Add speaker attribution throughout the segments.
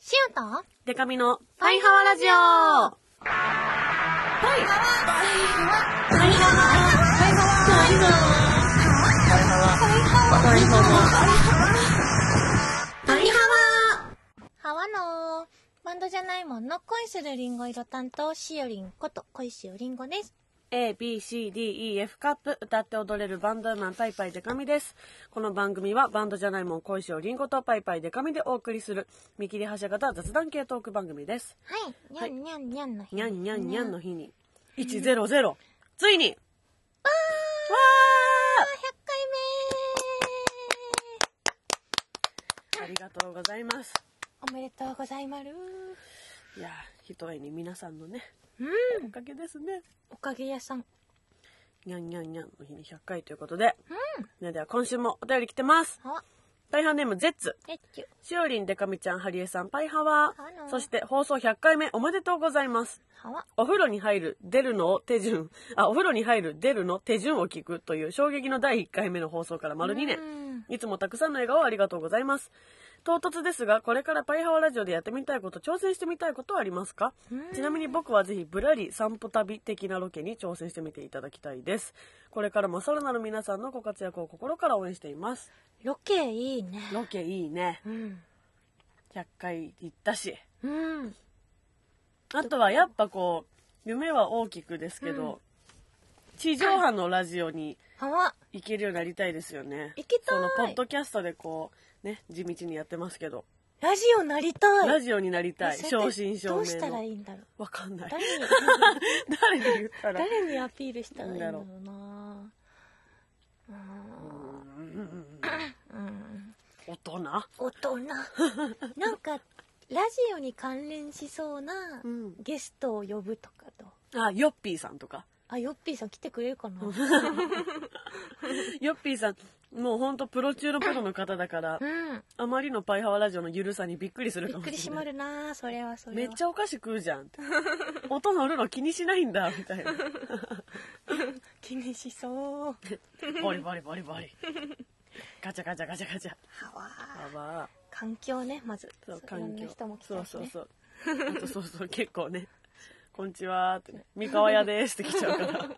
Speaker 1: シュート
Speaker 2: デカミのパイハワラジオパイ
Speaker 1: ハワのバンドじゃないもんの恋するリンゴ色担当しおりんこと恋しおりんごです。
Speaker 2: A, B, C, D, E, F カップ歌って踊れるバンドマンパイパイデカミです。この番組はバンドじゃないもん恋しおりんごとパイパイデカミでお送りする見切り発車型雑談系トーク番組です。
Speaker 1: はい。にゃ
Speaker 2: はい
Speaker 1: んにゃんにゃんの日。
Speaker 2: にゃんにゃんにゃんの日に100ついにわ
Speaker 1: あ100
Speaker 2: ーありがとうございます。
Speaker 1: 回目おめでとうございまる。
Speaker 2: いやーひとえに皆さんのね
Speaker 1: うん。
Speaker 2: おかげですね。
Speaker 1: おかげ屋さん。
Speaker 2: にゃんにゃんにゃんの日に100回ということで、
Speaker 1: うん。
Speaker 2: ね、では今週もお便り来てます。
Speaker 1: はわ。
Speaker 2: 大半ネームゼッツ、
Speaker 1: えっちゅ。
Speaker 2: しおりんでかみちゃん、はりえさん、パイハワ
Speaker 1: ハロー
Speaker 2: ー。そして放送100回目おめでとうございます。
Speaker 1: はわ。
Speaker 2: お風呂に入る、出るのを手順、あ、お風呂に入る、出るの手順を聞くという衝撃の第1回目の放送から丸2年。
Speaker 1: うん
Speaker 2: いつもたくさんの笑顔をありがとうございます。唐突ですが、これからパイハワラジオでやってみたいこと、挑戦してみたいことはありますか
Speaker 1: うん
Speaker 2: ちなみに僕はぜひ、ぶらり散歩旅的なロケに挑戦してみていただきたいです。これからもさらなる皆さんのご活躍を心から応援しています。
Speaker 1: ロケいいね。
Speaker 2: ロケいいね。
Speaker 1: うん。
Speaker 2: 100回行ったし。
Speaker 1: うん。
Speaker 2: あとはやっぱこう、夢は大きくですけど、地上波のラジオに
Speaker 1: はわ。
Speaker 2: 行けるようになりたいですよね。
Speaker 1: 行きたい
Speaker 2: その、ポッドキャストでこう、ね、地道にやってますけど。
Speaker 1: ラジオなりたい。
Speaker 2: ラジオになりたい。
Speaker 1: それって
Speaker 2: 正真正銘の。
Speaker 1: どうしたらいいん だろう。
Speaker 2: わかんない。
Speaker 1: 誰に、
Speaker 2: 誰に言ったら。
Speaker 1: 誰にアピールしたらいいんだろうな。う
Speaker 2: うん
Speaker 1: ーん。うん。
Speaker 2: 大人
Speaker 1: 大 人。なんか、ラジオに関連しそうな
Speaker 2: うん。
Speaker 1: ゲストを呼ぶとかと。
Speaker 2: あ、ヨッピーさんとか。
Speaker 1: あ、ヨッピーさん来てくれるかな
Speaker 2: ヨッピーさん、もうほんとプロ中のプロの方だから
Speaker 1: う、 ん。
Speaker 2: あまりのパイハワラジオのゆるさにびっくりする
Speaker 1: び
Speaker 2: か
Speaker 1: っ
Speaker 2: も
Speaker 1: くり
Speaker 2: し
Speaker 1: し
Speaker 2: れな
Speaker 1: ま
Speaker 2: い。
Speaker 1: るなそれはそ
Speaker 2: め
Speaker 1: れ
Speaker 2: っ
Speaker 1: は。
Speaker 2: ちゃお菓子食うじゃ んって。音乗るの気にしないんだ、みたいな。
Speaker 1: 気にしそう。
Speaker 2: ボリボリボリボリ。ガチャガチャガチャガチャ。
Speaker 1: はわ
Speaker 2: あばー
Speaker 1: 環境ね、まず。
Speaker 2: そう、
Speaker 1: いろ
Speaker 2: 環
Speaker 1: んな
Speaker 2: 境。
Speaker 1: 人も来た
Speaker 2: そ
Speaker 1: ね
Speaker 2: うそうそう。あとそうそう、結構ね、こんにちはーってね、三河屋ですって来ちゃうから。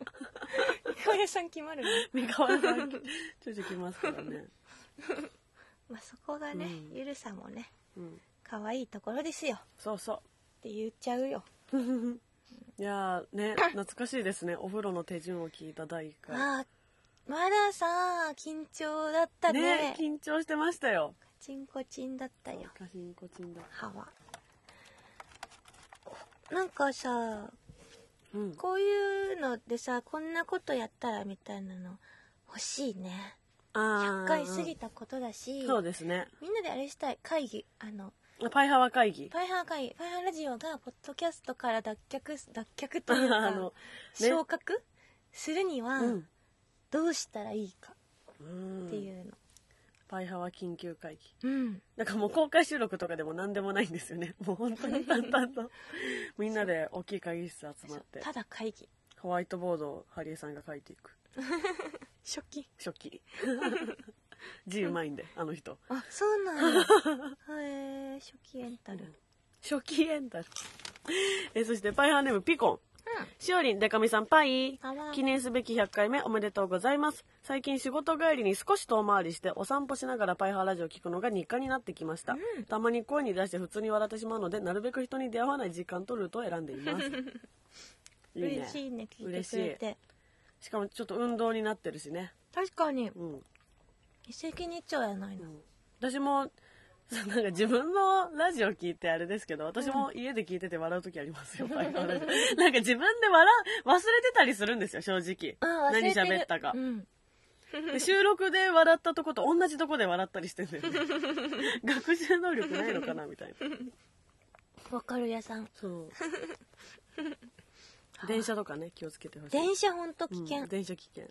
Speaker 1: 小屋さん決まるね。
Speaker 2: 三河屋さん、ちょいちょい来ますからね。
Speaker 1: まあ、そこがね、
Speaker 2: うん
Speaker 1: ゆるさもね、
Speaker 2: うん。
Speaker 1: 可愛いところですよ。
Speaker 2: そうそ
Speaker 1: って言っちゃうよ。
Speaker 2: う。いやーね、懐かしいですね。お風呂の手順を聞いた第一回。
Speaker 1: まあ、まださ、緊張だったね。
Speaker 2: 緊張してましたよ。
Speaker 1: カチンコチンだったよ。
Speaker 2: カシンコチンだ。
Speaker 1: 歯は。なんかさ、
Speaker 2: うん。
Speaker 1: こういうのでさ、こんなことやったらみたいなの欲しいね。
Speaker 2: あ
Speaker 1: 100回過ぎたことだし、
Speaker 2: そうですね。
Speaker 1: みんなであれしたい。会議。あの、
Speaker 2: パイハワ会議。
Speaker 1: パイハー会議、パイハーラジオがポッドキャストから脱却す、脱却というか、
Speaker 2: あの、ね
Speaker 1: 昇格するには、
Speaker 2: うん。
Speaker 1: どうしたらいいか
Speaker 2: うん
Speaker 1: っていうの。
Speaker 2: パイハワ緊急会議。
Speaker 1: うん
Speaker 2: なんかもう公開収録とかでも何でもないんですよね。 もう本当に淡々と。 みんなで大きい会議室集まって、
Speaker 1: ただ会議
Speaker 2: ホワイトボードをハリエさんが書いていく。
Speaker 1: 初期
Speaker 2: 初期。 字うまいんで、あの人。
Speaker 1: あそうなんだへえ初期エンタル
Speaker 2: 初期エンタル。 え、そしてパイハーネームピコン。しおりん、でかみさん、パイ
Speaker 1: あら
Speaker 2: 記念すべき100回目おめでとうございます。最近仕事帰りに少し遠回りしてお散歩しながらパイハーラジオ聞くのが日課になってきました。たまに声に出して普通に笑ってしまうので、なるべく人に出会わない時間とルートを選んでい ます。いいね
Speaker 1: 嬉しいね聞いてくれて
Speaker 2: しかもちょっと運動になってるしね。
Speaker 1: 確かに
Speaker 2: うん。
Speaker 1: 一石二鳥やないの
Speaker 2: 私も、そうなんか自分のラジオ聞いてあれですけど、私も家で聞いてて笑う時ありま すよ、パイハーラジオなんか自分で笑う、忘れてたりするんですよ、正直。
Speaker 1: あ忘れてる
Speaker 2: 何喋ったか
Speaker 1: う。ん
Speaker 2: で収録で笑ったとこと同じとこで笑ったりしてんだ よね学習能力ないのかなみたいな
Speaker 1: わかるやさん
Speaker 2: そう電車とかね気をつけてほしい
Speaker 1: 電車ほんと
Speaker 2: う
Speaker 1: 危
Speaker 2: ん
Speaker 1: 険
Speaker 2: 電車危険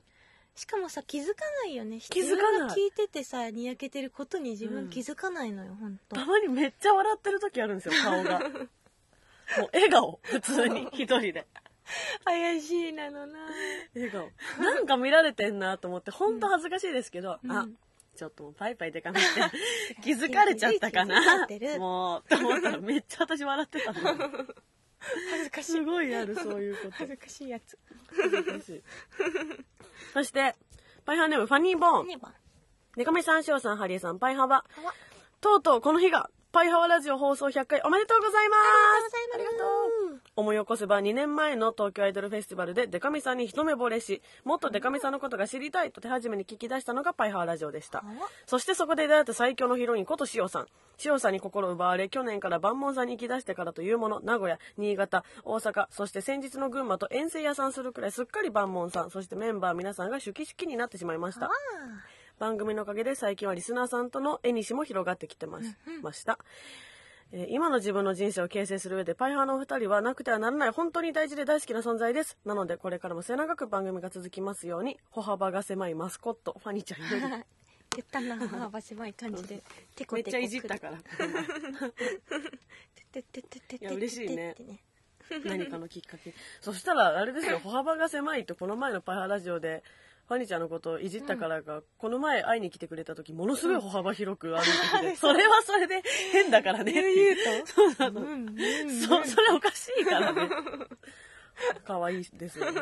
Speaker 1: しかもさ気づかないよね
Speaker 2: 気づかな
Speaker 1: 自
Speaker 2: い
Speaker 1: 分が聞いててさにやけてることに自
Speaker 2: うん
Speaker 1: 分気づかないのよほんと
Speaker 2: たまにめっちゃ笑ってる時あるんですよ顔 がもう笑顔普通に一人で
Speaker 1: 怪しいなのな
Speaker 2: 笑顔なんか見られてんなと思って本当恥ずかしいですけど、
Speaker 1: うん
Speaker 2: あちょっともうパイパイでかなって 気づかれちゃったかな
Speaker 1: 気づいてる
Speaker 2: もうと思ったらめっちゃ私笑ってたの
Speaker 1: 恥ずかし
Speaker 2: す
Speaker 1: い
Speaker 2: ごいあるそういうこと
Speaker 1: 恥ずかしいやつ
Speaker 2: そしてパイハーネームファニーボーン
Speaker 1: 2番
Speaker 2: ネカメさんしおさんハリエさんパイハワ
Speaker 1: あわ
Speaker 2: とうとうこの日がパイハワラジオ放送100回おめでとうございます
Speaker 1: ありがとうございます
Speaker 2: ありがとう思い起こせば2年前の東京アイドルフェスティバルでデカミさんに一目惚れしもっとデカミさんのことが知りたいと手始めに聞き出したのがパイハワラジオでした
Speaker 1: あ
Speaker 2: そしてそこで出会った最強のヒロインことしおさんしおさんに心奪われ去年から万門さんに行き出してからというもの名古屋新潟大阪そして先日の群馬と遠征屋さんするくらいすっかり万門さんそしてメンバー皆さんが手記式になってしまいました
Speaker 1: あ
Speaker 2: 番組のおかげで最近はリスナーさんとの絵にしも広がってきてます、ました、えー今の自分の人生を形成する上でパイハーのお二人はなくてはならない本当に大事で大好きな存在ですなのでこれからも末永く番組が続きますように歩幅が狭いマスコットファニーち ゃんより
Speaker 1: 言ったな幅狭い感じでテコ
Speaker 2: め
Speaker 1: テ
Speaker 2: っ
Speaker 1: コ
Speaker 2: ちゃいじったから
Speaker 1: てってってってってってってって
Speaker 2: いや嬉しいね
Speaker 1: ってね
Speaker 2: 何かのきっかけそしたらあれですよ 歩幅が狭いとこの前のパイハーラジオでファニーちゃんのことをいじったからが、この前会いに来てくれた時ものすごい歩幅広く歩いてきて、それはそれで変だからねっていうそうなの、
Speaker 1: うんうん
Speaker 2: そそれおかしいからね可愛いですよね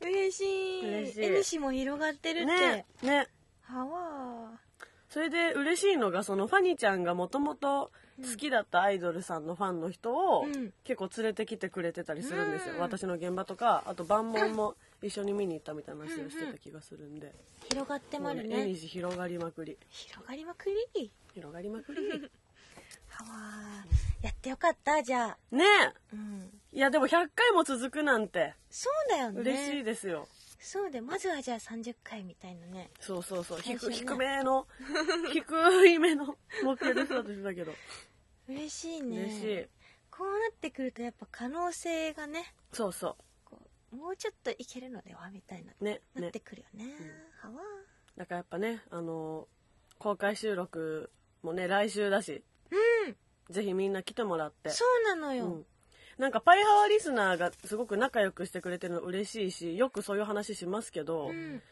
Speaker 1: 嬉しい
Speaker 2: 嬉しい
Speaker 1: 絵にしも広がってるって、
Speaker 2: ねね
Speaker 1: はわ
Speaker 2: それで嬉しいのがそのファニーちゃんがもともと好きだったアイドルさんのファンの人を
Speaker 1: うん
Speaker 2: 結構連れてきてくれてたりするんですよ、
Speaker 1: うん
Speaker 2: 私の現場とかあと万門も一緒に見に行ったみたいな話をしてた気がするんで、
Speaker 1: 広がってまる
Speaker 2: もうね絵に
Speaker 1: ね
Speaker 2: し広がりまくり
Speaker 1: 広がりまくり
Speaker 2: 広がりまくり
Speaker 1: はわやってよかったじゃあ
Speaker 2: ね
Speaker 1: うん
Speaker 2: えいやでも100回も続くなんて
Speaker 1: そうだよね
Speaker 2: 嬉しいですよ、
Speaker 1: そうでまずはじゃあ30回みたいなね
Speaker 2: そうそうそう低
Speaker 1: そうそう
Speaker 2: 低め の低いめの目標でスタートしてたけど
Speaker 1: 嬉しいね
Speaker 2: 嬉しい
Speaker 1: こうなってくるとやっぱ可能性がね
Speaker 2: そうそ
Speaker 1: こうもうちょっといけるのではみたいな
Speaker 2: うね
Speaker 1: なっ
Speaker 2: ね
Speaker 1: てくるよねはわ
Speaker 2: だからやっぱねあのー公開収録もね来週だしぜひみんな来てもらって
Speaker 1: そうなのよ、
Speaker 2: うんなんかパイハワリスナーがすごく仲良くしてくれてるの嬉しいしよくそういう話しますけど、
Speaker 1: うん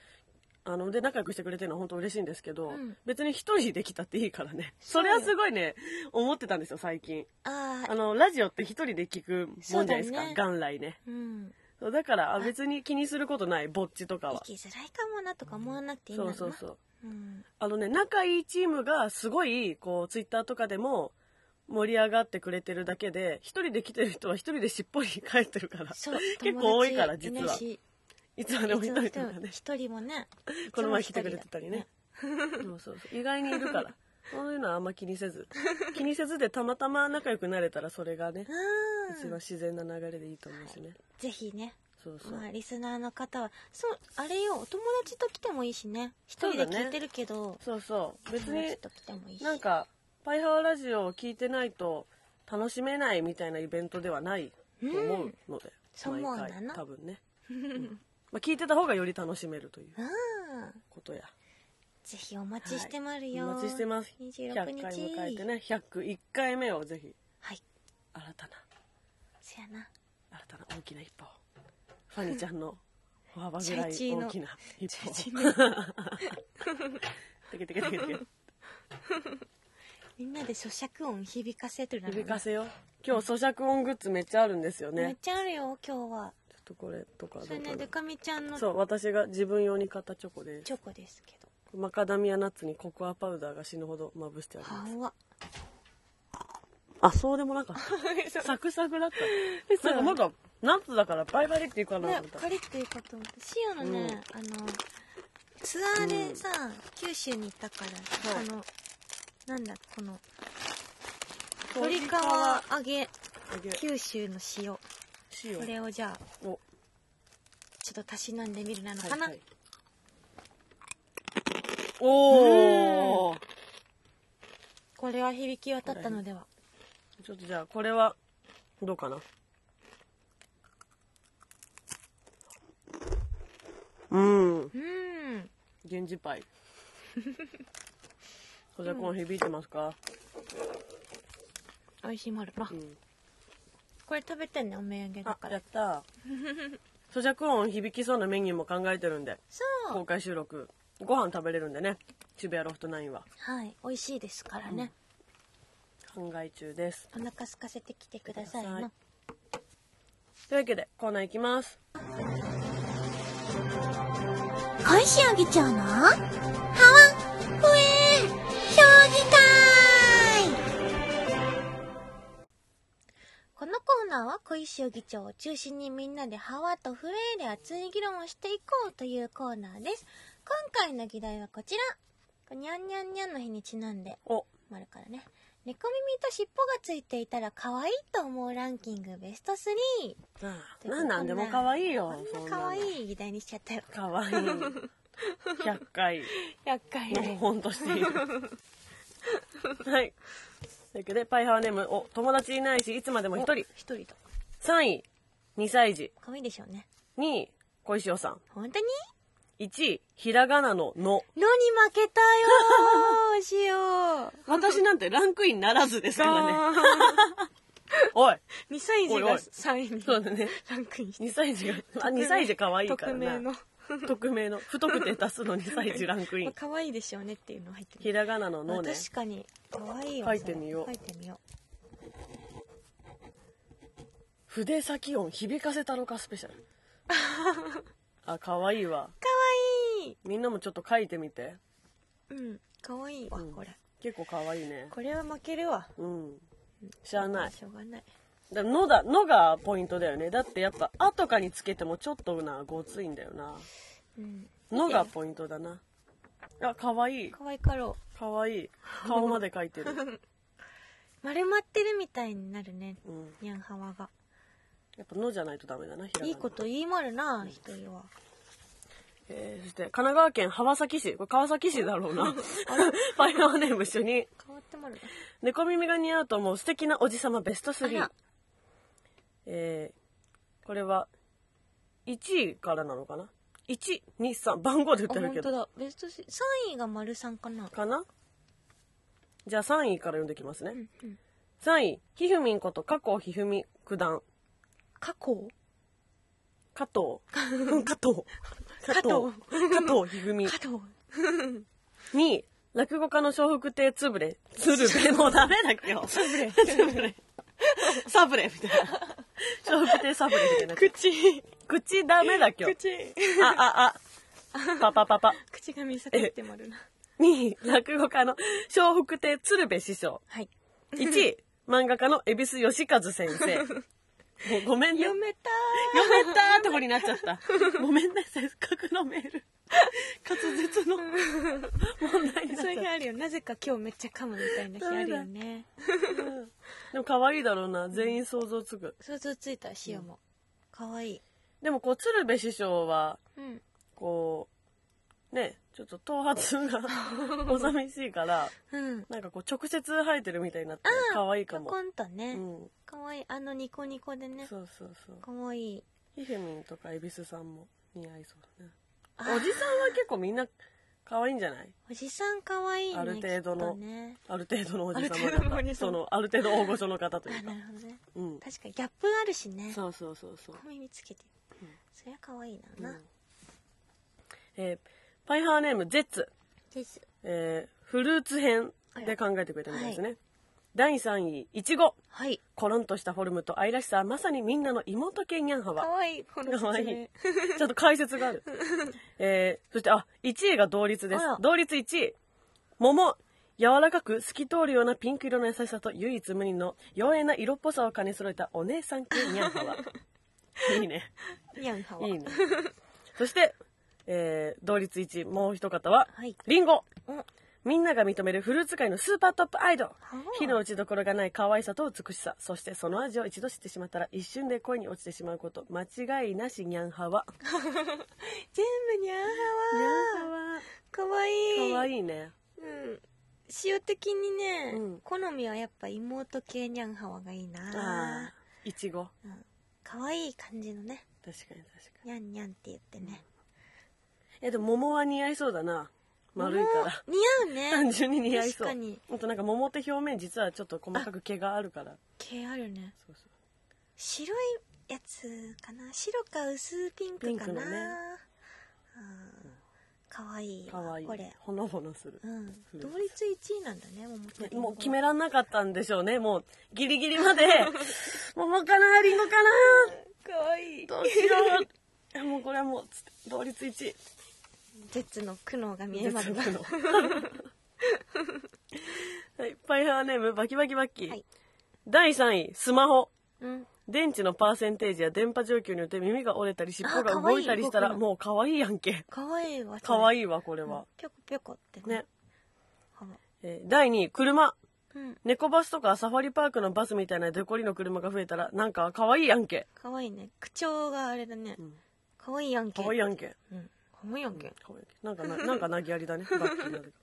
Speaker 2: あので仲良くしてくれてるのは本当嬉しいんですけど、
Speaker 1: うん
Speaker 2: 別に一人できたっていいからね
Speaker 1: そ
Speaker 2: そうれ
Speaker 1: よ
Speaker 2: はすごいね思ってたんですよ最近
Speaker 1: あ
Speaker 2: あ
Speaker 1: あ
Speaker 2: のラジオって一人で聞くもんじゃないです
Speaker 1: そう
Speaker 2: か、
Speaker 1: だね
Speaker 2: 元来ね
Speaker 1: うん
Speaker 2: そうだからあ別に気にすることないぼっちとかは
Speaker 1: 行きづらいかもなとか思わなくていいんだ
Speaker 2: そ
Speaker 1: な
Speaker 2: うそうそ
Speaker 1: う
Speaker 2: う
Speaker 1: ん
Speaker 2: あのね仲いいチームがすごいこうツイッターとかでも盛り上がってくれてるだけで一人で来てる人は一人でしっぽり帰ってるから
Speaker 1: そう
Speaker 2: 結構多いから
Speaker 1: 友達
Speaker 2: 実は
Speaker 1: なし
Speaker 2: いつまでも一人とかね
Speaker 1: 一人もね
Speaker 2: この前来てくれてたりね そうそうそう意外にいるからそういうのはあんま気にせず気にせずでたまたま仲良くなれたらそれがね一
Speaker 1: う
Speaker 2: 番
Speaker 1: ん
Speaker 2: 自然な流れでいいと思うしね、
Speaker 1: ぜひね
Speaker 2: そうそう、
Speaker 1: まあリスナーの方はそうあれよお友達と来てもいいしね一人で聞いてるけど
Speaker 2: そうそう別
Speaker 1: 友
Speaker 2: に
Speaker 1: 達と来てもいいし
Speaker 2: なんかパイハワラジオを聞いてないと楽しめないみたいなイベントではないと思うので、
Speaker 1: そう思うんだな
Speaker 2: 毎回多分ね、うんまあ、聞いてた方がより楽しめるという
Speaker 1: うん
Speaker 2: ことや
Speaker 1: ぜひお待ちしてまる
Speaker 2: お
Speaker 1: よ、
Speaker 2: 待ちしてます100
Speaker 1: 26
Speaker 2: 回
Speaker 1: 日
Speaker 2: 迎えてね101回目をぜひ
Speaker 1: はい
Speaker 2: 新たな
Speaker 1: せやな
Speaker 2: 新たな大きな一歩をファニーちゃんの歩幅ぐらい
Speaker 1: チャイチーの
Speaker 2: 大きな一歩を
Speaker 1: チャイチ
Speaker 2: テケテケテ ケテケ
Speaker 1: みんなで咀嚼音響かせてるならな
Speaker 2: 響かせよ今日咀嚼音グッズめっちゃあるんですよ
Speaker 1: めっ
Speaker 2: ね
Speaker 1: ちゃあるよ今日は
Speaker 2: ちょっとこれとかどう
Speaker 1: それ
Speaker 2: か
Speaker 1: ね
Speaker 2: な
Speaker 1: でかみちゃんのチ
Speaker 2: そう私が自分用に買ったチョコで
Speaker 1: ョコですけど
Speaker 2: マカダミアナッツにココアパウダーが死ぬほどまぶしてありま
Speaker 1: は
Speaker 2: す
Speaker 1: わ
Speaker 2: あそうでも なんかったサクサクだったなんかなんかナッツだからバリバリっていうかな
Speaker 1: ね
Speaker 2: と思った
Speaker 1: カリっていうかと思ってシオのね、
Speaker 2: うん
Speaker 1: あのツアーでさ、九州に行ったから、
Speaker 2: はい
Speaker 1: あのなんだこの
Speaker 2: 鶏
Speaker 1: 鶏皮揚げ
Speaker 2: 揚げ
Speaker 1: 九州の塩こ
Speaker 2: 塩
Speaker 1: れをじゃあ
Speaker 2: お
Speaker 1: ちょっとたしなんでみるなの
Speaker 2: はい
Speaker 1: かな、
Speaker 2: はいおお
Speaker 1: これは響き渡ったのでは
Speaker 2: ちょっとじゃあこれはどうかなうん
Speaker 1: うん
Speaker 2: 源氏 パイそれこの響いてますか、
Speaker 1: 美味しいものまあ、
Speaker 2: うん
Speaker 1: これ食べてんねお土産だ
Speaker 2: あ
Speaker 1: から
Speaker 2: やった 咀嚼音響きそうなメニューも考えてるんで
Speaker 1: そ
Speaker 2: 公
Speaker 1: う
Speaker 2: 開収録ご飯食べれるんでね渋谷ロフト9は
Speaker 1: はい美味しいですからね、
Speaker 2: 考え中です
Speaker 1: お腹空かせてきてください
Speaker 2: くだ
Speaker 1: な
Speaker 2: というわけでコーナーいきます
Speaker 1: 小石あげちゃうのはわふえ将棋会このコーナーは小石議長を中心にみんなでハワとフレーで熱い議論をしていこうというコーナーです。今回の議題はこちら。にゃんにゃんにゃんの日にちなんで、
Speaker 2: お
Speaker 1: もあるからね。猫耳と尻尾がついていたら可愛いと思うランキングベスト3。
Speaker 2: なあななんでも可愛いよ
Speaker 1: こんな可
Speaker 2: い
Speaker 1: 愛い議題にしちゃったよ。
Speaker 2: 可愛い100回
Speaker 1: 100回
Speaker 2: のほほんとしてい るはいというわけでパイハーネームお友達いないしいつまでも一人
Speaker 1: 一人だ
Speaker 2: 3位2歳児
Speaker 1: 可愛いでしょうね
Speaker 2: 2位小石尾さん
Speaker 1: 本当に
Speaker 2: 1位ひらがなの「の
Speaker 1: のに負けた よーしよう」
Speaker 2: 私なんてランクインならずですからね
Speaker 1: ね
Speaker 2: おい
Speaker 1: 2歳児
Speaker 2: おいお
Speaker 1: が
Speaker 2: い
Speaker 1: 3位に
Speaker 2: そうだね
Speaker 1: ランクインして
Speaker 2: 2歳児があ2歳児可愛いから
Speaker 1: 匿名
Speaker 2: な
Speaker 1: の
Speaker 2: 匿名 の不特定多数の2歳児ランクイ
Speaker 1: まあ
Speaker 2: ン
Speaker 1: 可愛いでしょうねっていうの入ってる
Speaker 2: ひらがなの「の」ね
Speaker 1: 確かに可愛いよ
Speaker 2: 書いてみよう
Speaker 1: それ書いてみよう
Speaker 2: 筆先音響かせたろかスペシャルあ可愛いわ
Speaker 1: 可愛い
Speaker 2: みんなもちょっと書いてみて
Speaker 1: うん可愛いわ
Speaker 2: うん
Speaker 1: これ
Speaker 2: 結構可愛いね
Speaker 1: これは負けるわ
Speaker 2: うん知らない
Speaker 1: しょうがない
Speaker 2: だからのだのがポイントだよねだってやっぱ「あ」とかにつけてもちょっとなごついんだよな
Speaker 1: うん
Speaker 2: のがポイントだなあ可愛い
Speaker 1: 可愛いかろう
Speaker 2: 可愛い顔まで描 いてる、
Speaker 1: 丸まってるみたいになるね
Speaker 2: うん、
Speaker 1: ニャンハワが
Speaker 2: やっぱ「の」じゃないとダメだなひらがない
Speaker 1: いこと言いまるな一人は
Speaker 2: えーそして神奈川県浜崎市これ川崎市だろ うなパイナーネーム一緒に
Speaker 1: 変わってまるな
Speaker 2: 猫耳が似合うと思う素敵なおじさまベスト
Speaker 1: あ
Speaker 2: 3
Speaker 1: ら、
Speaker 2: えー、これは1位からなのかな123番号で言って
Speaker 1: あ
Speaker 2: る
Speaker 1: 本
Speaker 2: け
Speaker 1: 当
Speaker 2: ど
Speaker 1: だベスト3 3位が丸さんかな
Speaker 2: かなじゃあ3位から読んできますね、
Speaker 1: うんうん
Speaker 2: 3位ひふみんこと加藤ひふみ九段
Speaker 1: 過去
Speaker 2: 加藤加藤
Speaker 1: 加藤
Speaker 2: 加藤ひふみ
Speaker 1: 加藤
Speaker 2: 2位落語家の笑福亭つぶれつるべもうダメだけどつぶれつぶれサブレみたいな笑福亭サブレみたいな
Speaker 1: 口
Speaker 2: 口ダメだけど
Speaker 1: 口
Speaker 2: あああパパパパ
Speaker 1: 口が見せかってまるな
Speaker 2: 2位落語家の笑福亭鶴瓶師匠
Speaker 1: はい
Speaker 2: 1位 漫画家の恵比寿義和先生もうごめんね
Speaker 1: 読めた
Speaker 2: 読めたとこになっちゃった。 ごめんなさい、せっかくのメール。滑舌の問題に
Speaker 1: ー
Speaker 2: な
Speaker 1: それ
Speaker 2: っち
Speaker 1: が
Speaker 2: ゃっ
Speaker 1: あるよなぜか今日めっちゃ噛むみたいな日あるよね
Speaker 2: た。うんでも可愛いだろうな、全員想像つく。
Speaker 1: 想像ついたしおも可愛い
Speaker 2: でもこう、鶴瓶師匠は、
Speaker 1: うん
Speaker 2: こう、ね、ちょっと頭髪 がお寂しいから、
Speaker 1: うん
Speaker 2: なんかこう直接生えてるみたいになって可愛いか
Speaker 1: パ
Speaker 2: も。
Speaker 1: コンと
Speaker 2: う
Speaker 1: ね
Speaker 2: ん。
Speaker 1: 可愛いあのニコニコでね
Speaker 2: そうそうそう。
Speaker 1: 可愛い
Speaker 2: ひふみんとか恵比寿さんも似合いそうだね。
Speaker 1: あ
Speaker 2: おじさんは結構みんな可愛いんじゃない
Speaker 1: おじさん可愛いね
Speaker 2: ある程度
Speaker 1: きっ
Speaker 2: の
Speaker 1: とね
Speaker 2: ある程度のおじさ
Speaker 1: ある程度のお
Speaker 2: ま
Speaker 1: じ様
Speaker 2: 方そのある程度大御所の方と
Speaker 1: あ
Speaker 2: いうか
Speaker 1: な、るほどね
Speaker 2: うん、
Speaker 1: 確かにギャップあるしね
Speaker 2: そうそうそうそう、
Speaker 1: 小耳つけて
Speaker 2: うん
Speaker 1: そりゃ可愛いなな
Speaker 2: う
Speaker 1: ん
Speaker 2: えーパイハーネームゼッツ、
Speaker 1: です
Speaker 2: えーフルーツ編で考えてくれたみたいですね、第3位いちご
Speaker 1: はい
Speaker 2: コロンとしたフォルムと愛らしさまさにみんなの妹系ニャンハワ
Speaker 1: 可愛いこの
Speaker 2: 可
Speaker 1: 説
Speaker 2: 愛
Speaker 1: 明
Speaker 2: いちょっと解説がある、 えーそしてあ1位が同率です
Speaker 1: あら
Speaker 2: 同率1位桃柔らかく透き通るようなピンク色の優しさと唯一無二の妖艶な色っぽさを兼ね揃えたお姉さん系ニャ ンハワいいね
Speaker 1: ニャンハワ
Speaker 2: いいね。 そして、えー同率1位、もう一方は、
Speaker 1: はい
Speaker 2: リンゴ
Speaker 1: うん
Speaker 2: みんなが認めるフルーツ界のスーパートップアイドル
Speaker 1: はあ
Speaker 2: 火の打ちどころがない可愛さと美しさそしてその味を一度知ってしまったら一瞬で恋に落ちてしまうこと間違いなしにゃんはわ
Speaker 1: 全部ニャン
Speaker 2: にゃ
Speaker 1: ハワ
Speaker 2: んはわ
Speaker 1: かわいい
Speaker 2: 可愛いね
Speaker 1: うん塩的にね、
Speaker 2: うん
Speaker 1: 好みはやっぱ妹系ニャンハワがいい
Speaker 2: あ
Speaker 1: な
Speaker 2: ーいちご
Speaker 1: かわいい感じのね
Speaker 2: 確かに確かに
Speaker 1: ニャンニャンって言ってね
Speaker 2: えでも桃は似合いそうだな丸いから
Speaker 1: もう似合う
Speaker 2: 単
Speaker 1: ね
Speaker 2: 純に似合いそう
Speaker 1: 確かに
Speaker 2: あとなんか桃って表面実はちょっと細かく毛があるから
Speaker 1: 系あるね
Speaker 2: そうそう
Speaker 1: 白いやつかな白か薄ピンクかな
Speaker 2: ピンクのね
Speaker 1: あーかわいい
Speaker 2: か
Speaker 1: わ
Speaker 2: わいい
Speaker 1: これ
Speaker 2: ほのぼのする
Speaker 1: う、ん
Speaker 2: 古い
Speaker 1: 同率1位なんだね桃とりんご
Speaker 2: もう決めらんなかったんでしょうねもうギリギリ まで桃かなりんごかな
Speaker 1: かわいい
Speaker 2: どうしよ うもうこれはもうつって同率1位
Speaker 1: ジェッツの苦悩が見えますが
Speaker 2: 絶望の はいパイハーネームバキバキバッキー、
Speaker 1: はい
Speaker 2: 第3位スマホ
Speaker 1: うん
Speaker 2: 電池のパーセンテージや電波状況によって耳が折れたり尻尾
Speaker 1: あ
Speaker 2: が
Speaker 1: 可愛い
Speaker 2: 動いたりしたら
Speaker 1: 動くの
Speaker 2: もう可愛いやんけ
Speaker 1: かわいいわ
Speaker 2: 可
Speaker 1: い
Speaker 2: 愛いわこれは、
Speaker 1: ぴょこぴょこって
Speaker 2: ね、
Speaker 1: ほら
Speaker 2: えー第2位車
Speaker 1: うん
Speaker 2: 猫バスとかサファリパークのバスみたいなデコリの車が増えたらなんか可愛いやんけ
Speaker 1: かわいいね口調があれだね
Speaker 2: うん
Speaker 1: かわいいやんけ
Speaker 2: 可愛いやんけ
Speaker 1: うんかわいいやんけ
Speaker 2: 可愛いなんかな なんか投げやりだねバッキーなぜか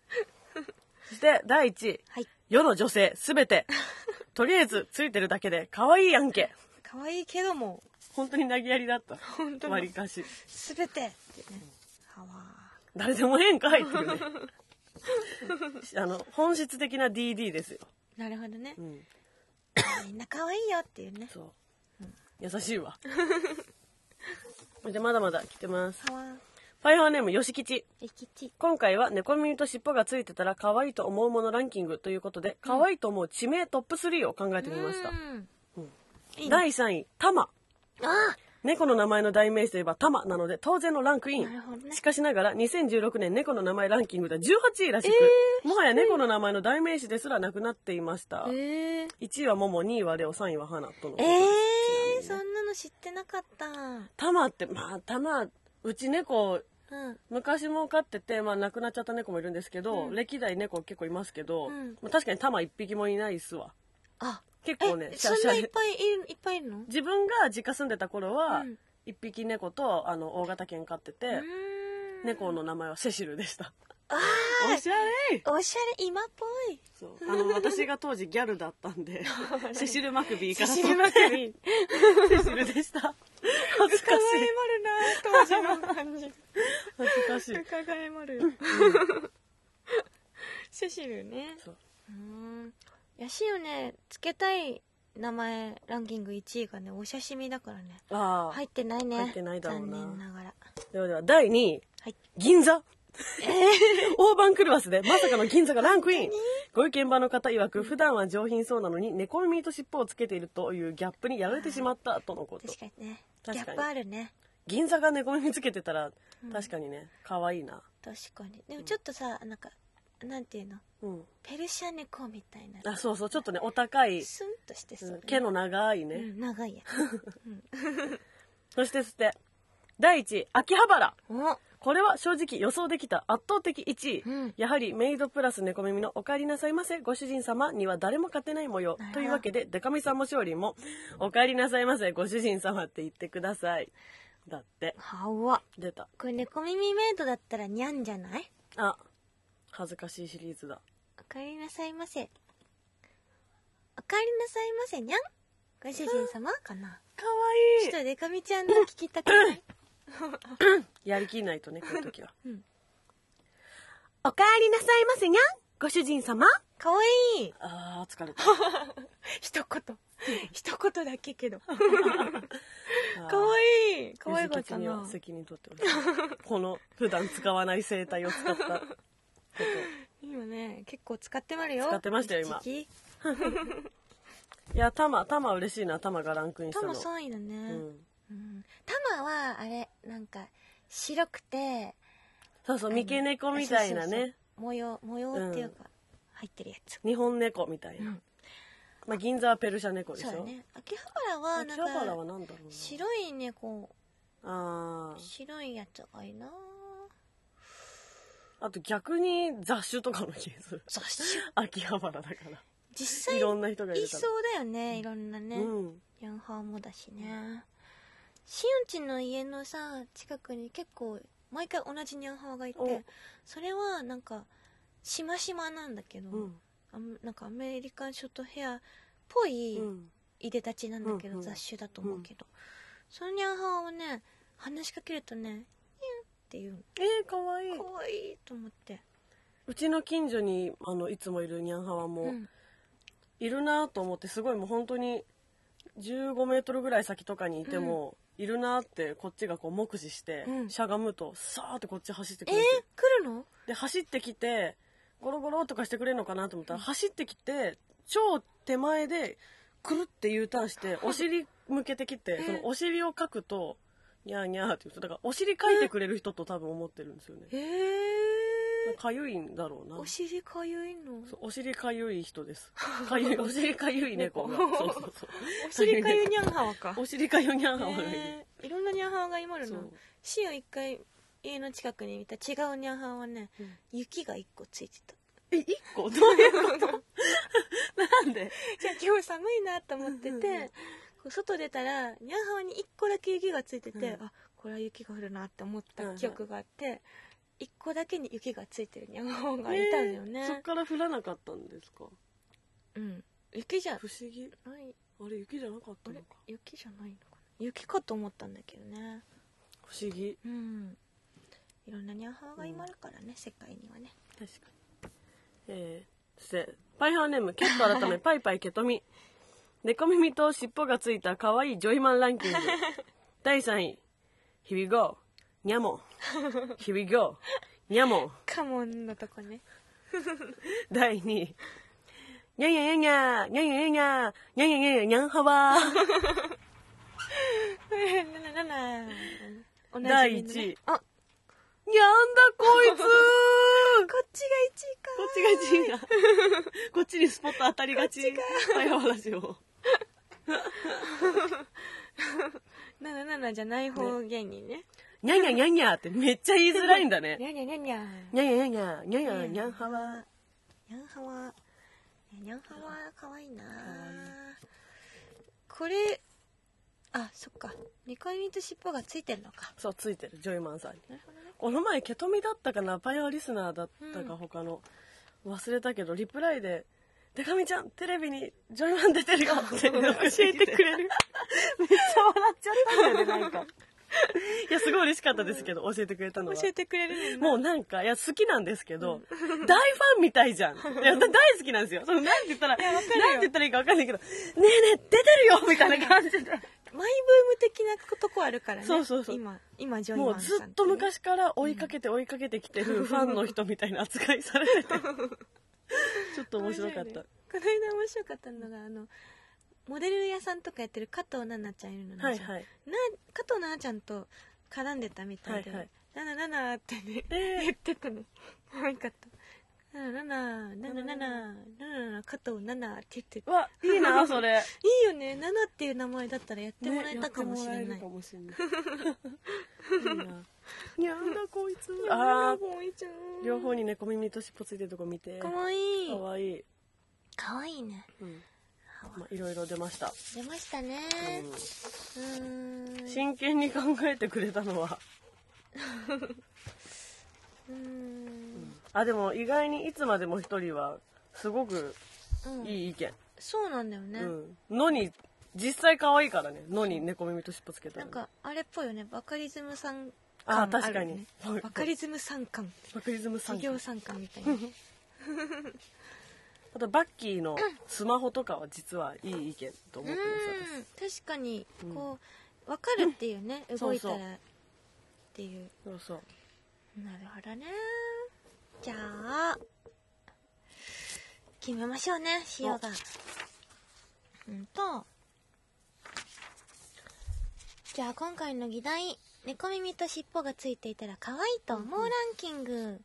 Speaker 2: そして第1位
Speaker 1: はい
Speaker 2: 世の女性すべてとりあえずついてるだけで可愛いやんけ
Speaker 1: かわいいけども
Speaker 2: 本当に投げやりだった
Speaker 1: 本当に
Speaker 2: 割りかし
Speaker 1: すべてってねはわ
Speaker 2: 誰でもええんかいっていうねあの本質的な DD ですよ、
Speaker 1: なるほどね
Speaker 2: うん、
Speaker 1: みんなかわいいよっていうね
Speaker 2: そう、優し いわでまだまだ来てます
Speaker 1: はわ
Speaker 2: パイハーネームよしきち
Speaker 1: えきち
Speaker 2: 今回は猫耳と尻尾がついてたら可愛いと思うものランキングということで可愛いと思う地名トップ3を考えてみました、
Speaker 1: うんいいね
Speaker 2: 第3位タマ
Speaker 1: あ
Speaker 2: 猫の名前の代名詞といえばタマなので当然のランクイン、
Speaker 1: なるほどね
Speaker 2: しかしながら2016年猫の名前ランキングでは18位らしく、もはや猫の名前の代名詞ですらなくなっていました、
Speaker 1: えー、
Speaker 2: 1位はモモ2位はレオ3位は花とのこと
Speaker 1: え
Speaker 2: です
Speaker 1: ー、そんなの知ってなかったう
Speaker 2: タマってまあタマうち猫
Speaker 1: ん
Speaker 2: 昔も飼ってて、まあ、亡くなっちゃった猫もいるんですけど、
Speaker 1: うん
Speaker 2: 歴代猫結構いますけど、
Speaker 1: うん
Speaker 2: まあ、確かにタマ1匹もいないっすわ
Speaker 1: あ
Speaker 2: 結構ね
Speaker 1: え
Speaker 2: シ
Speaker 1: そ
Speaker 2: ャ
Speaker 1: ん
Speaker 2: シ
Speaker 1: な
Speaker 2: ャ
Speaker 1: いっ
Speaker 2: リ
Speaker 1: ぱいいるいっぱいいるのう
Speaker 2: 自分が実家住んでた頃は
Speaker 1: うん
Speaker 2: 1匹猫とあの大型犬飼ってて、
Speaker 1: ーん
Speaker 2: 猫の名前はセシルでした
Speaker 1: あ
Speaker 2: おしゃれ
Speaker 1: ーおしゃれ今っぽい
Speaker 2: そうあの私が当時ギャルだった んでセシル・マクビーから
Speaker 1: セシルマクビ
Speaker 2: ーセシルでした恥ずかしい
Speaker 1: るな当時の感じ
Speaker 2: 恥ずかしい
Speaker 1: 伺いまる、セシルね
Speaker 2: そう
Speaker 1: うーんやしよねつけたい名前ランキング1位がねお刺身だからね
Speaker 2: ああ、
Speaker 1: 入ってないね
Speaker 2: 入ってないだろうな
Speaker 1: 残念ながら
Speaker 2: ではでは第2位
Speaker 1: はい
Speaker 2: 銀座大盤クルバスでまさかの銀座がランクインご意見場の方曰く普段は上品そうなのに猫耳と尻尾をつけているというギャップにやられてしまったとのこと
Speaker 1: 確かにね
Speaker 2: 確かに
Speaker 1: ギャップあるね
Speaker 2: 銀座が猫耳つけてたら確かにね可愛いな
Speaker 1: 確かにでもちょっとさなんかなんていうの
Speaker 2: うん
Speaker 1: ペルシャ猫みたいな
Speaker 2: あそうそうちょっとねお高い
Speaker 1: スンとしてそう、
Speaker 2: 毛の長いね、
Speaker 1: うん長いや
Speaker 2: そしてそして第1位秋葉原
Speaker 1: お
Speaker 2: これは正直予想できた圧倒的1位、
Speaker 1: うん
Speaker 2: やはりメイドプラス猫耳の「お帰りなさいませご主人様」には誰も勝てない模様
Speaker 1: なるほど
Speaker 2: というわけでデカミさんも勝利も「お帰りなさいませご主人様」って言ってくださいだって
Speaker 1: はわ
Speaker 2: 出た
Speaker 1: これ猫耳メイドだったらにゃんじゃない
Speaker 2: あ恥ずかしいシリーズだ
Speaker 1: おかえりなさいませおかえりなさいませにゃんご主人様かな
Speaker 2: かわ
Speaker 1: ちょっとデカミちゃんの聞きたくない
Speaker 2: やりきんないとねこう いう時は「
Speaker 1: うん
Speaker 2: お帰りなさいませにゃんご主人様
Speaker 1: かわいい」
Speaker 2: あー疲れた
Speaker 1: 一言一言だけけどか
Speaker 2: か
Speaker 1: わいいかわいかった
Speaker 2: ゆずきに
Speaker 1: な
Speaker 2: は責任取ってほしいこの普段使わない生態を使ったこと
Speaker 1: 今ね結構使ってまるよ
Speaker 2: 使ってましたよ今
Speaker 1: 一時期
Speaker 2: いやタマタマ嬉しいなタマがランクインし
Speaker 1: タ
Speaker 2: たの
Speaker 1: マ3位だね、
Speaker 2: うん、
Speaker 1: うんタマはあれなんか白くて
Speaker 2: そうそう三毛猫みたいな
Speaker 1: そうそう
Speaker 2: ね
Speaker 1: そう模様模様っていうか、入ってるやつ
Speaker 2: 日本猫みたいな、
Speaker 1: うん
Speaker 2: まあ、銀座はペルシャ猫でし
Speaker 1: そうだ
Speaker 2: ょ、
Speaker 1: ね秋葉原は
Speaker 2: 秋葉原
Speaker 1: なん
Speaker 2: は
Speaker 1: か
Speaker 2: なんだろうな
Speaker 1: 白い猫
Speaker 2: あー
Speaker 1: 白いやつがいいな
Speaker 2: あと逆に雑種とかの気がする
Speaker 1: 雑種
Speaker 2: 秋葉原だから
Speaker 1: 実際
Speaker 2: いろんな人がい
Speaker 1: い
Speaker 2: るか
Speaker 1: そ
Speaker 2: ら
Speaker 1: うだよねいろんなね、
Speaker 2: うん
Speaker 1: ヤンハーもだしねしおんちの家のさ近くに結構毎回同じニャンハーがいて
Speaker 2: お
Speaker 1: それはなんかしましまなんだけど、
Speaker 2: うん
Speaker 1: あんなんかアメリカンショートヘアっぽい
Speaker 2: うん
Speaker 1: いでたちなんだけど、
Speaker 2: うんうん
Speaker 1: 雑種だと思うけど、そのニャンハーはね話しかけるとねニャンっていう
Speaker 2: えー、かわいい
Speaker 1: のかわいいと思って、
Speaker 2: うちの近所にあのいつもいるニャンハワも、
Speaker 1: うん、
Speaker 2: いるなと思ってすごいもう本当に15メートルぐらい先とかにいても、いるなってこっちがこう目視して、
Speaker 1: うん
Speaker 2: しゃがむとさーってこっち走ってく
Speaker 1: えー、
Speaker 2: るん
Speaker 1: 来
Speaker 2: ですよ
Speaker 1: るの
Speaker 2: で走ってきてゴロゴロとかしてくれるのかなと思ったら、走ってきて超手前でくるって U ターンしてお尻向けて きてそのお尻をかくとニャーニャーって言うとだからお尻かいてくれる人と多分思ってるんですよね
Speaker 1: え
Speaker 2: かゆいんだろう
Speaker 1: ー、
Speaker 2: な
Speaker 1: お尻かゆいの
Speaker 2: そうお尻かゆい人ですかゆいお尻かゆい猫がそうそうそう
Speaker 1: お尻かゆにゃんはわか
Speaker 2: お尻かゆニャーハワがいる、
Speaker 1: えーいろんなニャンハワが今ある
Speaker 2: そ
Speaker 1: の
Speaker 2: う
Speaker 1: シオ一回家の近くに見た違うニャンハワはね、
Speaker 2: うん
Speaker 1: 雪が一個ついてた
Speaker 2: え一個 どういうことなんで
Speaker 1: じゃあ今日寒いなと思って
Speaker 2: うんうん
Speaker 1: てこう外出たらニャンハワに一個だけ雪がついてて、
Speaker 2: うん
Speaker 1: あこれは雪が降るなって思っ
Speaker 2: うん
Speaker 1: た
Speaker 2: うん
Speaker 1: 記憶があって一個だけに雪がついてるニャンハワがいたんだよ
Speaker 2: えーそっ
Speaker 1: ね、
Speaker 2: から降らなかったんですか
Speaker 1: うん雪じゃ
Speaker 2: 不思議
Speaker 1: ない
Speaker 2: あれ雪じゃなかっ
Speaker 1: あ
Speaker 2: たの
Speaker 1: れ
Speaker 2: か
Speaker 1: 雪じゃないのかな雪かと思ったんだけどね
Speaker 2: 不思議
Speaker 1: うんいろんなニャンハワが今あるからね、世界にはね
Speaker 2: 確かにえー、そしてパイハーネームケット改めパイパイケトミ猫耳と尻尾がついた可愛いジョイマンラン キング第3位 Here we go ニャモ Here we go ニャモ
Speaker 1: カモンのとこね
Speaker 2: 第2位ニャンニャンニャンニャンニャンニャンニャンニャンニャンニャンニャンハワー
Speaker 1: ななななおなじみ
Speaker 2: 第
Speaker 1: のね
Speaker 2: 一位
Speaker 1: あこ
Speaker 2: ニャンだこいつー
Speaker 1: っちが一位か
Speaker 2: こっちが1位だ。こっちにスポット当たりがち。早い話を。
Speaker 1: ななななじゃない方芸人ね
Speaker 2: にゃにゃにゃにゃってめっちゃ言いづらいんだね。
Speaker 1: にゃにゃにゃにゃ
Speaker 2: にゃにゃにゃにゃにゃにゃにゃんはわ。
Speaker 1: にゃんはわにゃんはわかわいいな
Speaker 2: わ
Speaker 1: これあそっか猫耳と尻尾がついてるのか
Speaker 2: そう、ついてる、ジョイマンさんに。
Speaker 1: なるほどね
Speaker 2: この前、ケトミだったかな、パイオリスナーだった
Speaker 1: う
Speaker 2: か、
Speaker 1: ん
Speaker 2: 他の。忘れたけど、リプライで、デカミちゃん、テレビにジョイマン出てるよって教えてくれる。 めっちゃ笑っちゃったんだよね、なんか。 いや、すごい嬉しかったですけど、教えてくれたのは。
Speaker 1: 教えてくれるの
Speaker 2: もうなんか、いや、好きなんですけど、大ファンみたい じゃん。いや、だ大好きなんですよ。その、なんて言ったら、なんて言ったらいいかわかんないけど、ねえねえ、出てるよみたいな感じで。
Speaker 1: マイブーム的なとこあるからね
Speaker 2: そうそうそう
Speaker 1: 今今ジョイマン
Speaker 2: も
Speaker 1: さ
Speaker 2: うんずっと昔から追いかけて追いかけてきてるファンの人みたいな扱いされ てて、ちょっと面白か
Speaker 1: 面白
Speaker 2: っ
Speaker 1: いね
Speaker 2: た。
Speaker 1: この間面白かったのがあのモデル屋さんとかやってる加藤奈々ちゃんいるのね
Speaker 2: はいはい。
Speaker 1: な加藤奈々ちゃんと絡んでたみたいで「
Speaker 2: はいはい
Speaker 1: なななな」ってね
Speaker 2: えー
Speaker 1: 言ってたね可愛かった「なななななななななな加藤奈々」って言って
Speaker 2: うわ、いいな、それ。
Speaker 1: いいよね「なな」っていう名前だったらやってもらえたかもしれ
Speaker 2: ねや
Speaker 1: な
Speaker 2: って
Speaker 1: い、
Speaker 2: もらえるかもしれない。いいな。にゃんだこいつ。
Speaker 1: あ
Speaker 2: あ
Speaker 1: あもういいじゃ
Speaker 2: ー
Speaker 1: ん
Speaker 2: 両方に猫耳と尻尾ついてるとこ見て。
Speaker 1: かわい
Speaker 2: か
Speaker 1: い
Speaker 2: わいい。
Speaker 1: かわいいね
Speaker 2: うんまあ、いろいろ出ました、
Speaker 1: 出ましたね
Speaker 2: うん
Speaker 1: うーん
Speaker 2: 真剣に考えてくれたのは
Speaker 1: うーん
Speaker 2: あでも意外にいつまでも一人はすごく
Speaker 1: うん
Speaker 2: いい意見、
Speaker 1: そうなんだよ
Speaker 2: う
Speaker 1: ね、
Speaker 2: んのに実際可愛いからねのに猫耳と尻尾つけた
Speaker 1: な
Speaker 2: ら
Speaker 1: ん
Speaker 2: ね
Speaker 1: かあれっぽいよねバカリズムさん
Speaker 2: あ
Speaker 1: 感
Speaker 2: ー確
Speaker 1: る
Speaker 2: か
Speaker 1: よ
Speaker 2: に
Speaker 1: ねバカリズムさん感
Speaker 2: バクリズムさん
Speaker 1: 企業参観みたいな
Speaker 2: あとバッキーのスマホとかは実はいい意見と思ってます
Speaker 1: うん確かに
Speaker 2: うん
Speaker 1: こう分かるっていうね
Speaker 2: ん
Speaker 1: 動いたら
Speaker 2: そうそ
Speaker 1: っていう
Speaker 2: そうそう
Speaker 1: なるほどねじゃあ決めましょうね塩がうんとじゃあ今回の議題猫耳と尻尾がついていたら可愛いと思うランキング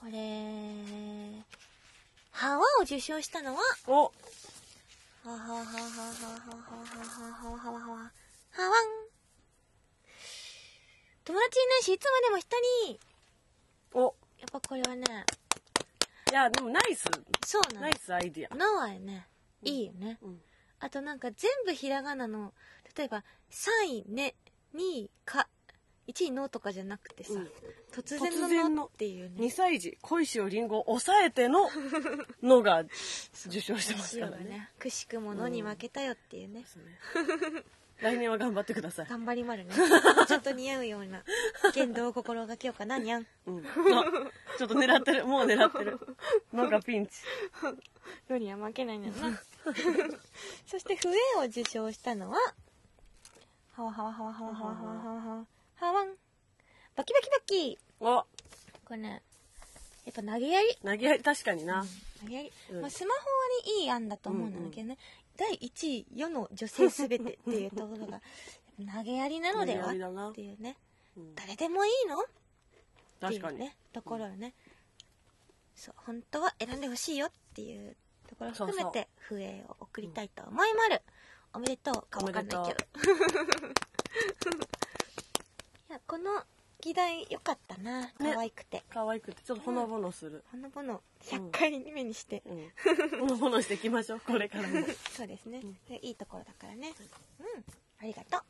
Speaker 1: これ「ハワ」を受賞したのは
Speaker 2: お
Speaker 1: はははははははははははははははわん友達いないしいつまでも一人
Speaker 2: お
Speaker 1: やっぱこれはね
Speaker 2: いやでもナイス
Speaker 1: そうな
Speaker 2: ナイスアイディア、
Speaker 1: のはねいいよね
Speaker 2: うん
Speaker 1: あとなんか全部ひらがなの例えば「さいね」「にか」1位「の」とかじゃなくてさ、
Speaker 2: うん
Speaker 1: 突然
Speaker 2: 突
Speaker 1: の「
Speaker 2: 然
Speaker 1: の
Speaker 2: の」
Speaker 1: っていうね
Speaker 2: 2歳児恋しおりんごを抑えてののが受賞してますから
Speaker 1: 塩が
Speaker 2: ね
Speaker 1: くしくも「の」に負けたよっていうね、
Speaker 2: そうね来年は頑張ってください、
Speaker 1: 頑張りまるねちょっと似合うような言動を心がけようかなにゃん
Speaker 2: うん、あちょっと狙ってるもう狙ってるのがピンチ
Speaker 1: よりは負けないんだよなそして「笛」を受賞したのは「ははわはわはわはわはわはわはわはわはわんバキバキバキ
Speaker 2: お
Speaker 1: これねやっぱ投げやり
Speaker 2: 投げやり確かにな、
Speaker 1: 投げやり、
Speaker 2: うん
Speaker 1: まあ、スマホにいい案だと思うんだけどね、第1位世の女性すべてっていうとこ ろが投げやりなのでは
Speaker 2: 投げやりだな
Speaker 1: っていうね
Speaker 2: うん
Speaker 1: 誰でもいいのってい
Speaker 2: 確
Speaker 1: う
Speaker 2: かに、
Speaker 1: ねところをねそう本当は選んでほしいよっていうところを含め
Speaker 2: そうそう
Speaker 1: て笛を送りたいと思いまるおめでとうかわかんない
Speaker 2: おめ
Speaker 1: けど
Speaker 2: で
Speaker 1: い やこの議題良かったな可愛くて、
Speaker 2: 可愛くてちょっとほのぼのする、
Speaker 1: ほのぼの100回目にして、
Speaker 2: うん、ほのぼのしていきましょうこれからも
Speaker 1: そうですね、それいいところだからねうんありがとう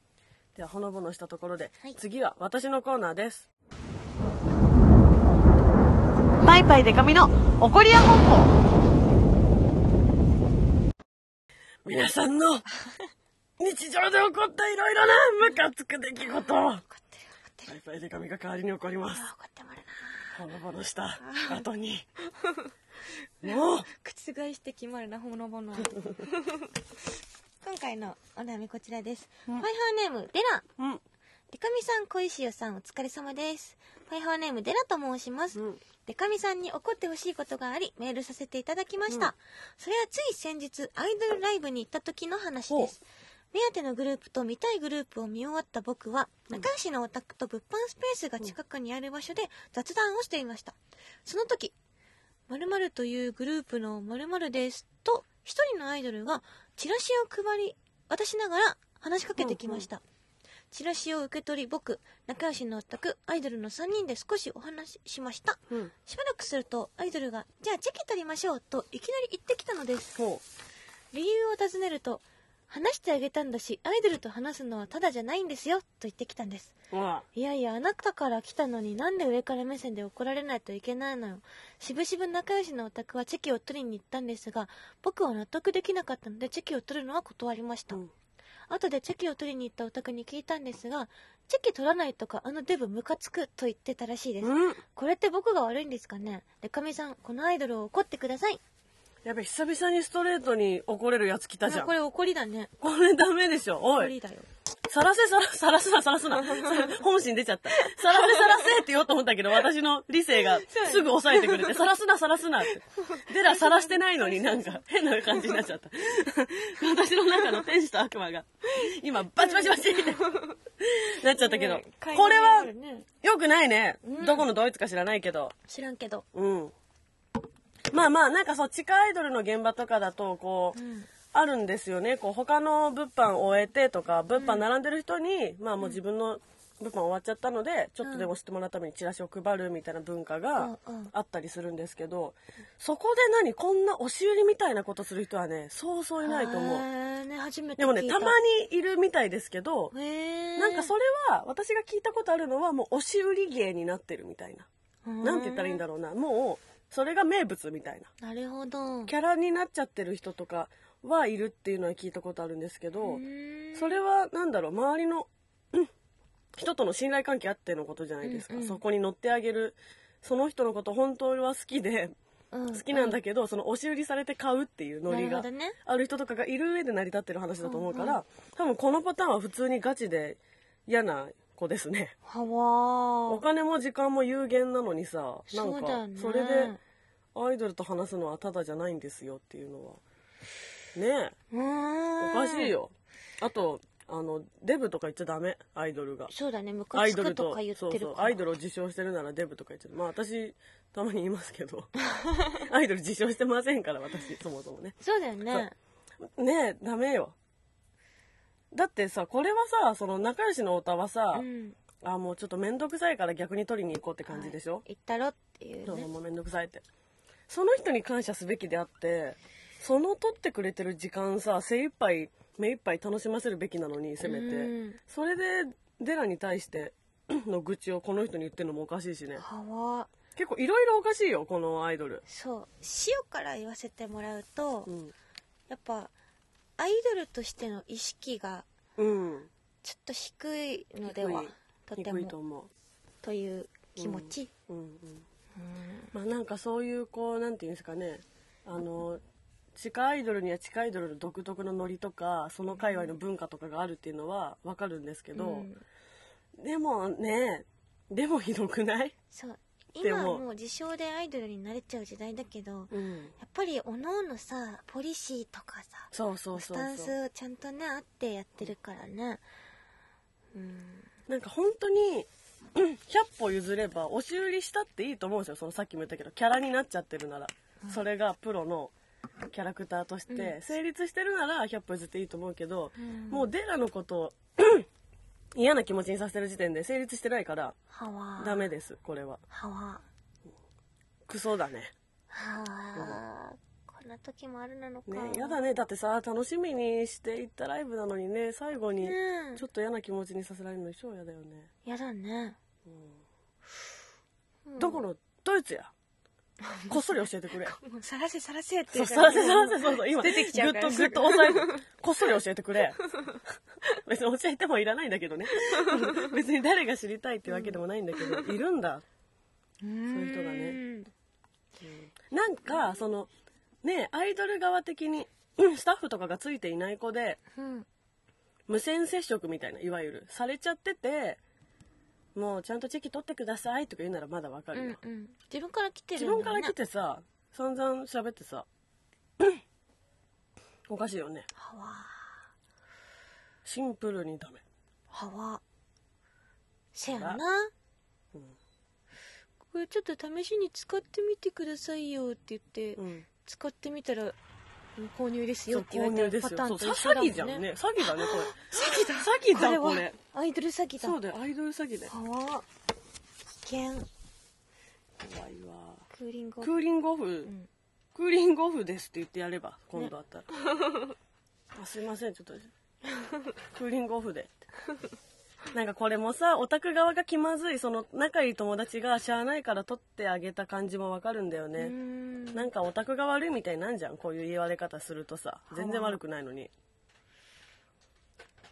Speaker 2: ではほのぼのしたところで、
Speaker 1: はい
Speaker 2: 次は私のコーナーです
Speaker 3: パイパイデカミの怒りや本舗
Speaker 2: 皆さ んの日常で起こったいろいろなムカつく出 来事を
Speaker 1: 怒ってる怒って
Speaker 2: パ
Speaker 1: る
Speaker 2: イパイで髪が代わりに起こります
Speaker 1: あ怒ってもらうな
Speaker 2: ほのぼのした後に もう
Speaker 1: 覆して決まるなほのぼの 今回のお悩みこちらです、パイハーネームデラ
Speaker 2: うん
Speaker 1: デカミさん小石代さんお疲れ様ですパイハーネームデラと申します、
Speaker 2: うん
Speaker 1: デカミさんに怒ってほしいことがありメールさせていただきました、
Speaker 2: うん
Speaker 1: それはつい先日アイドルライブに行った時の話です目当てのグループと見たいグループを見終わった僕は仲良しのオタクと物販スペースが近くにある場所で雑談をしていましたその時「〇〇というグループの〇〇です」と一人のアイドルがチラシを配り渡しながら話しかけてきました、チラシを受け取り僕仲良しのオタクアイドルの3人で少しお話ししました
Speaker 2: うん
Speaker 1: しばらくするとアイドルが「じゃあチェキ取りましょう」といきなり言ってきたのです
Speaker 2: ほ
Speaker 1: 理由を尋ねると「話してあげたんだしアイドルと話すのはただじゃないんですよ」と言ってきたんです
Speaker 2: ううわ
Speaker 1: いやいやあなたから来たのになんで上から目線で怒られないといけないのよしぶしぶ仲良しのお宅はチェキを取りに行ったんですが僕は納得できなかったのでチェキを取るのは断りました、
Speaker 2: うん
Speaker 1: 後でチェキを取りに行ったお宅に聞いたんですがチェキ取らないとかあのデブムカつくと言ってたらしいです、
Speaker 2: うん
Speaker 1: これって僕が悪いんですかねでかみさんこのアイドルを怒ってください
Speaker 2: やべ久々にストレートに怒れるやつ来たじゃ
Speaker 1: あ
Speaker 2: ん
Speaker 1: これ怒りだね
Speaker 2: これダメでしょお
Speaker 1: 怒
Speaker 2: い
Speaker 1: りだよ
Speaker 2: さらせさら、さらすな、さらす な。本心出ちゃった。さらせさらせって言おうと思ったけど、私の理性がすぐ抑えてく れて、さらすな、さらすなって。デラさらしてないのになんか変な感じになっちゃった。私の中の天使と悪魔が、今バチバチバチってなっちゃったけど、
Speaker 1: ね会話
Speaker 2: これは
Speaker 1: になるね
Speaker 2: 良くないね。どこのドイツか知らないけど。
Speaker 1: 知らんけど
Speaker 2: うん。まあまあ、なんかそう、地下アイドルの現場とかだと、こう、
Speaker 1: ん
Speaker 2: あるんですよね。こう、他の物販を終えてとか、物販並んでる人に、まあもう自分の物販終わっちゃったので、ちょっとでも知ってもらうためにチラシを配るみたいな文化が
Speaker 1: うんうん
Speaker 2: あったりするんですけど、そこで何、こんな押し売りみたいなことする人はね、そうそういないと思
Speaker 1: へ
Speaker 2: う。
Speaker 1: ーね初めて
Speaker 2: でもね、たまにいるみたいですけど、
Speaker 1: にへー
Speaker 2: なんかそれは、私が聞いたことあるのは、もう押し売り芸になってるみたいな。なんて言ったらいいんだろうな。もう、それが名物みたいな。
Speaker 1: なるほど
Speaker 2: キャラになっちゃってる人とかはいるっていうのは聞いたことあるんですけど、
Speaker 1: うん
Speaker 2: それはなんだろう、周りの、うん人との信頼関係あってのことじゃないですか。
Speaker 1: うんうん
Speaker 2: そこに乗ってあげる。その人のこと本当は好きで、
Speaker 1: うん
Speaker 2: 好きなんだけど、その押し売りされて買うっていうノ
Speaker 1: な
Speaker 2: リが
Speaker 1: るほどね
Speaker 2: ある人とかがいる上で成り立ってる話だと思うから、多分このパターンは普通にガチで嫌な子ですね。
Speaker 1: は
Speaker 2: お
Speaker 1: わー
Speaker 2: 金も時間も有限なのにさ、なん
Speaker 1: そうだよ
Speaker 2: か
Speaker 1: ね、
Speaker 2: それでアイドルと話すのはただじゃないんですよっていうのは。ねえ、
Speaker 1: うーん
Speaker 2: おかしいよ。あと、あの、デブとか言っちゃダメ、アイドルが。
Speaker 1: そうだねムカ
Speaker 2: アイ
Speaker 1: つ
Speaker 2: ド
Speaker 1: く
Speaker 2: ル
Speaker 1: と
Speaker 2: と
Speaker 1: か言っ、
Speaker 2: そう
Speaker 1: て
Speaker 2: そ
Speaker 1: る
Speaker 2: う、
Speaker 1: から
Speaker 2: アイドルを自称してるならデブとか言っちゃダメ。まあ私、たまに言います けど、アイドル自称してませんから、私、そもそもね。
Speaker 1: そうだよね
Speaker 2: ねえ、ダメよ。だってさ、これはさ、その仲良しの歌はさ、
Speaker 1: うん
Speaker 2: あ、もうちょっとめんどくさいから逆に取りに行こうって感じでしょ、
Speaker 1: 行ったろっていう
Speaker 2: そう
Speaker 1: ね
Speaker 2: もうめんどくさいってその人に感謝すべきであってその取ってくれてる時間さ精一杯目一杯楽しませるべきなのにせめて
Speaker 1: うん
Speaker 2: それでデラに対して の愚痴をこの人に言ってるのもおかしいしね
Speaker 1: はわー
Speaker 2: 結構いろいろおかしいよこのアイドル
Speaker 1: そう塩から言わせてもらうと、
Speaker 2: うん、
Speaker 1: やっぱアイドルとしての意識が
Speaker 2: うん、
Speaker 1: ちょっと低いのでは
Speaker 2: 低い
Speaker 1: とて
Speaker 2: 低い
Speaker 1: も
Speaker 2: と思
Speaker 1: という気持ち、
Speaker 2: ううんうんまあなんかそういうこうなんていうんですかねあの地下アイドルには地下アイドルの独特のノリとかその界隈の文化とかがあるっていうのは分かるんですけど、
Speaker 1: うん
Speaker 2: でもねでもひどくない、
Speaker 1: そう
Speaker 2: で
Speaker 1: 今は
Speaker 2: も
Speaker 1: もう自称でアイドルになれちゃう時代だけど
Speaker 2: うん、
Speaker 1: やっぱりおのおのさポリシーとかさ
Speaker 2: そうそう
Speaker 1: ス
Speaker 2: そう
Speaker 1: タン
Speaker 2: そう
Speaker 1: スちゃんとねあってやってるからねうん
Speaker 2: なんか本当にうん100歩譲れば押し売りしたっていいと思うんですよそのさっきも言ったけどキャラになっちゃってるなら、それがプロのキャラクターとして成立してるなら100歩譲っていいと思うけど、
Speaker 1: うん
Speaker 2: もうデラのことを嫌な気持ちにさせてる時点で成立してないから
Speaker 1: はわ
Speaker 2: ダメですこれは
Speaker 1: はわ
Speaker 2: クソだね
Speaker 1: はわこんな時もあるなのか
Speaker 2: ねやだねだってさ楽しみにしていったライブなのにね最後に
Speaker 1: うん
Speaker 2: ちょっと嫌な気持ちにさせられるの超嫌だよね、
Speaker 1: やだね
Speaker 2: うん、だからドイツやこっそり教えて くれ
Speaker 1: もうさらせさらせって
Speaker 2: そ
Speaker 1: 言
Speaker 2: う
Speaker 1: うか
Speaker 2: そう
Speaker 1: ら
Speaker 2: そうそうそうそう今
Speaker 1: 出てきちゃうから
Speaker 2: ぐっとぐっと抑えてこっそり教えてくれ 別に教えてもいらないんだけどね別に誰が知りたいってわけでもないんだけど、 いるんだ
Speaker 1: そう
Speaker 2: ういう人がね
Speaker 1: ん
Speaker 2: なんかそのねアイドル側的にうんスタッフとかがついていない子で
Speaker 1: うん
Speaker 2: 無線接触みたいないわゆるされちゃっててもうちゃんとチェキ取ってくださいとか言うならまだわか
Speaker 1: う
Speaker 2: るよ、
Speaker 1: んうん自分から来てる
Speaker 2: 自
Speaker 1: んだ
Speaker 2: 分から
Speaker 1: ね
Speaker 2: 来てさ散々喋ってさおかしいよね
Speaker 1: はわ
Speaker 2: シンプルにダメ
Speaker 1: はわせやな
Speaker 2: はうん
Speaker 1: これちょっと試しに使ってみてくださいよって言って、
Speaker 2: うん
Speaker 1: 使ってみたらうん購入です
Speaker 2: そ
Speaker 1: よ
Speaker 2: う
Speaker 1: って言わ
Speaker 2: 購
Speaker 1: れてる
Speaker 2: 入で
Speaker 1: パ
Speaker 2: すよ
Speaker 1: ター
Speaker 2: そ
Speaker 1: ン
Speaker 2: う
Speaker 1: と一
Speaker 2: さ
Speaker 1: 緒だ
Speaker 2: 詐
Speaker 1: もん
Speaker 2: 欺
Speaker 1: ね
Speaker 2: じゃんね詐欺だねこれ
Speaker 1: 詐欺だ
Speaker 2: 詐
Speaker 1: こ
Speaker 2: 欺だこ
Speaker 1: れは
Speaker 2: れ
Speaker 1: アイドル詐欺だ
Speaker 2: そうだよアイドル詐欺だよ
Speaker 1: はわ危険
Speaker 2: 怖いわ
Speaker 1: クーリングオ
Speaker 2: ク
Speaker 1: フ
Speaker 2: ーリングオフ、
Speaker 1: ん
Speaker 2: クーリングオフですって言ってやれば今度あったら、あすいませんちょっとクーリングオフでってなんかこれもさオタク側が気まずいその仲いい友達がしゃあないから取ってあげた感じもわかるんだよ
Speaker 1: うー
Speaker 2: ね、
Speaker 1: ん
Speaker 2: なんかオタクが悪いみたいになんじゃんこういう言われ方するとさ全然悪くないのに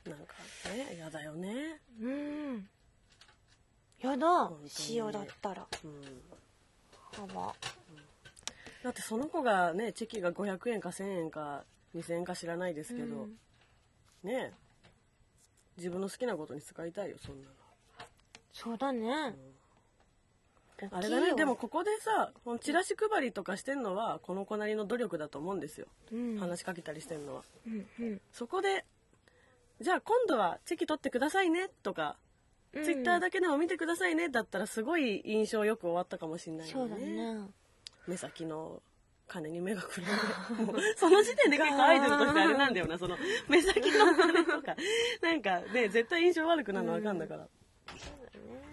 Speaker 2: なんかねやだよね
Speaker 1: うーんやだ
Speaker 2: 本当に
Speaker 1: 塩だったら
Speaker 2: うん
Speaker 1: はわ
Speaker 2: だってその子がねチェキが500円か1000円か2000円か知らないですけど、
Speaker 1: うん
Speaker 2: ねえ自分の好きなことに使いたいよそんな
Speaker 1: そうだね
Speaker 2: のあれだ
Speaker 1: 大きい
Speaker 2: ね
Speaker 1: よ
Speaker 2: でもここでさこのチラシ配りとかしてんのはこの子なりの努力だと思うんですよ、
Speaker 1: うん
Speaker 2: 話しかけたりしてんのは
Speaker 1: うんうん
Speaker 2: そこでじゃあ今度はチェキ取ってくださいねとか、
Speaker 1: うん
Speaker 2: ツイッターだけでも見てくださいねだったらすごい印象よく終わったかもしれないよ
Speaker 1: そうだね
Speaker 2: 目先の金に目がくらんでもうその時点で結構アイドルとしてあれなんだよなその目先の金とかなんかね絶対印象悪くなるの分かんだから、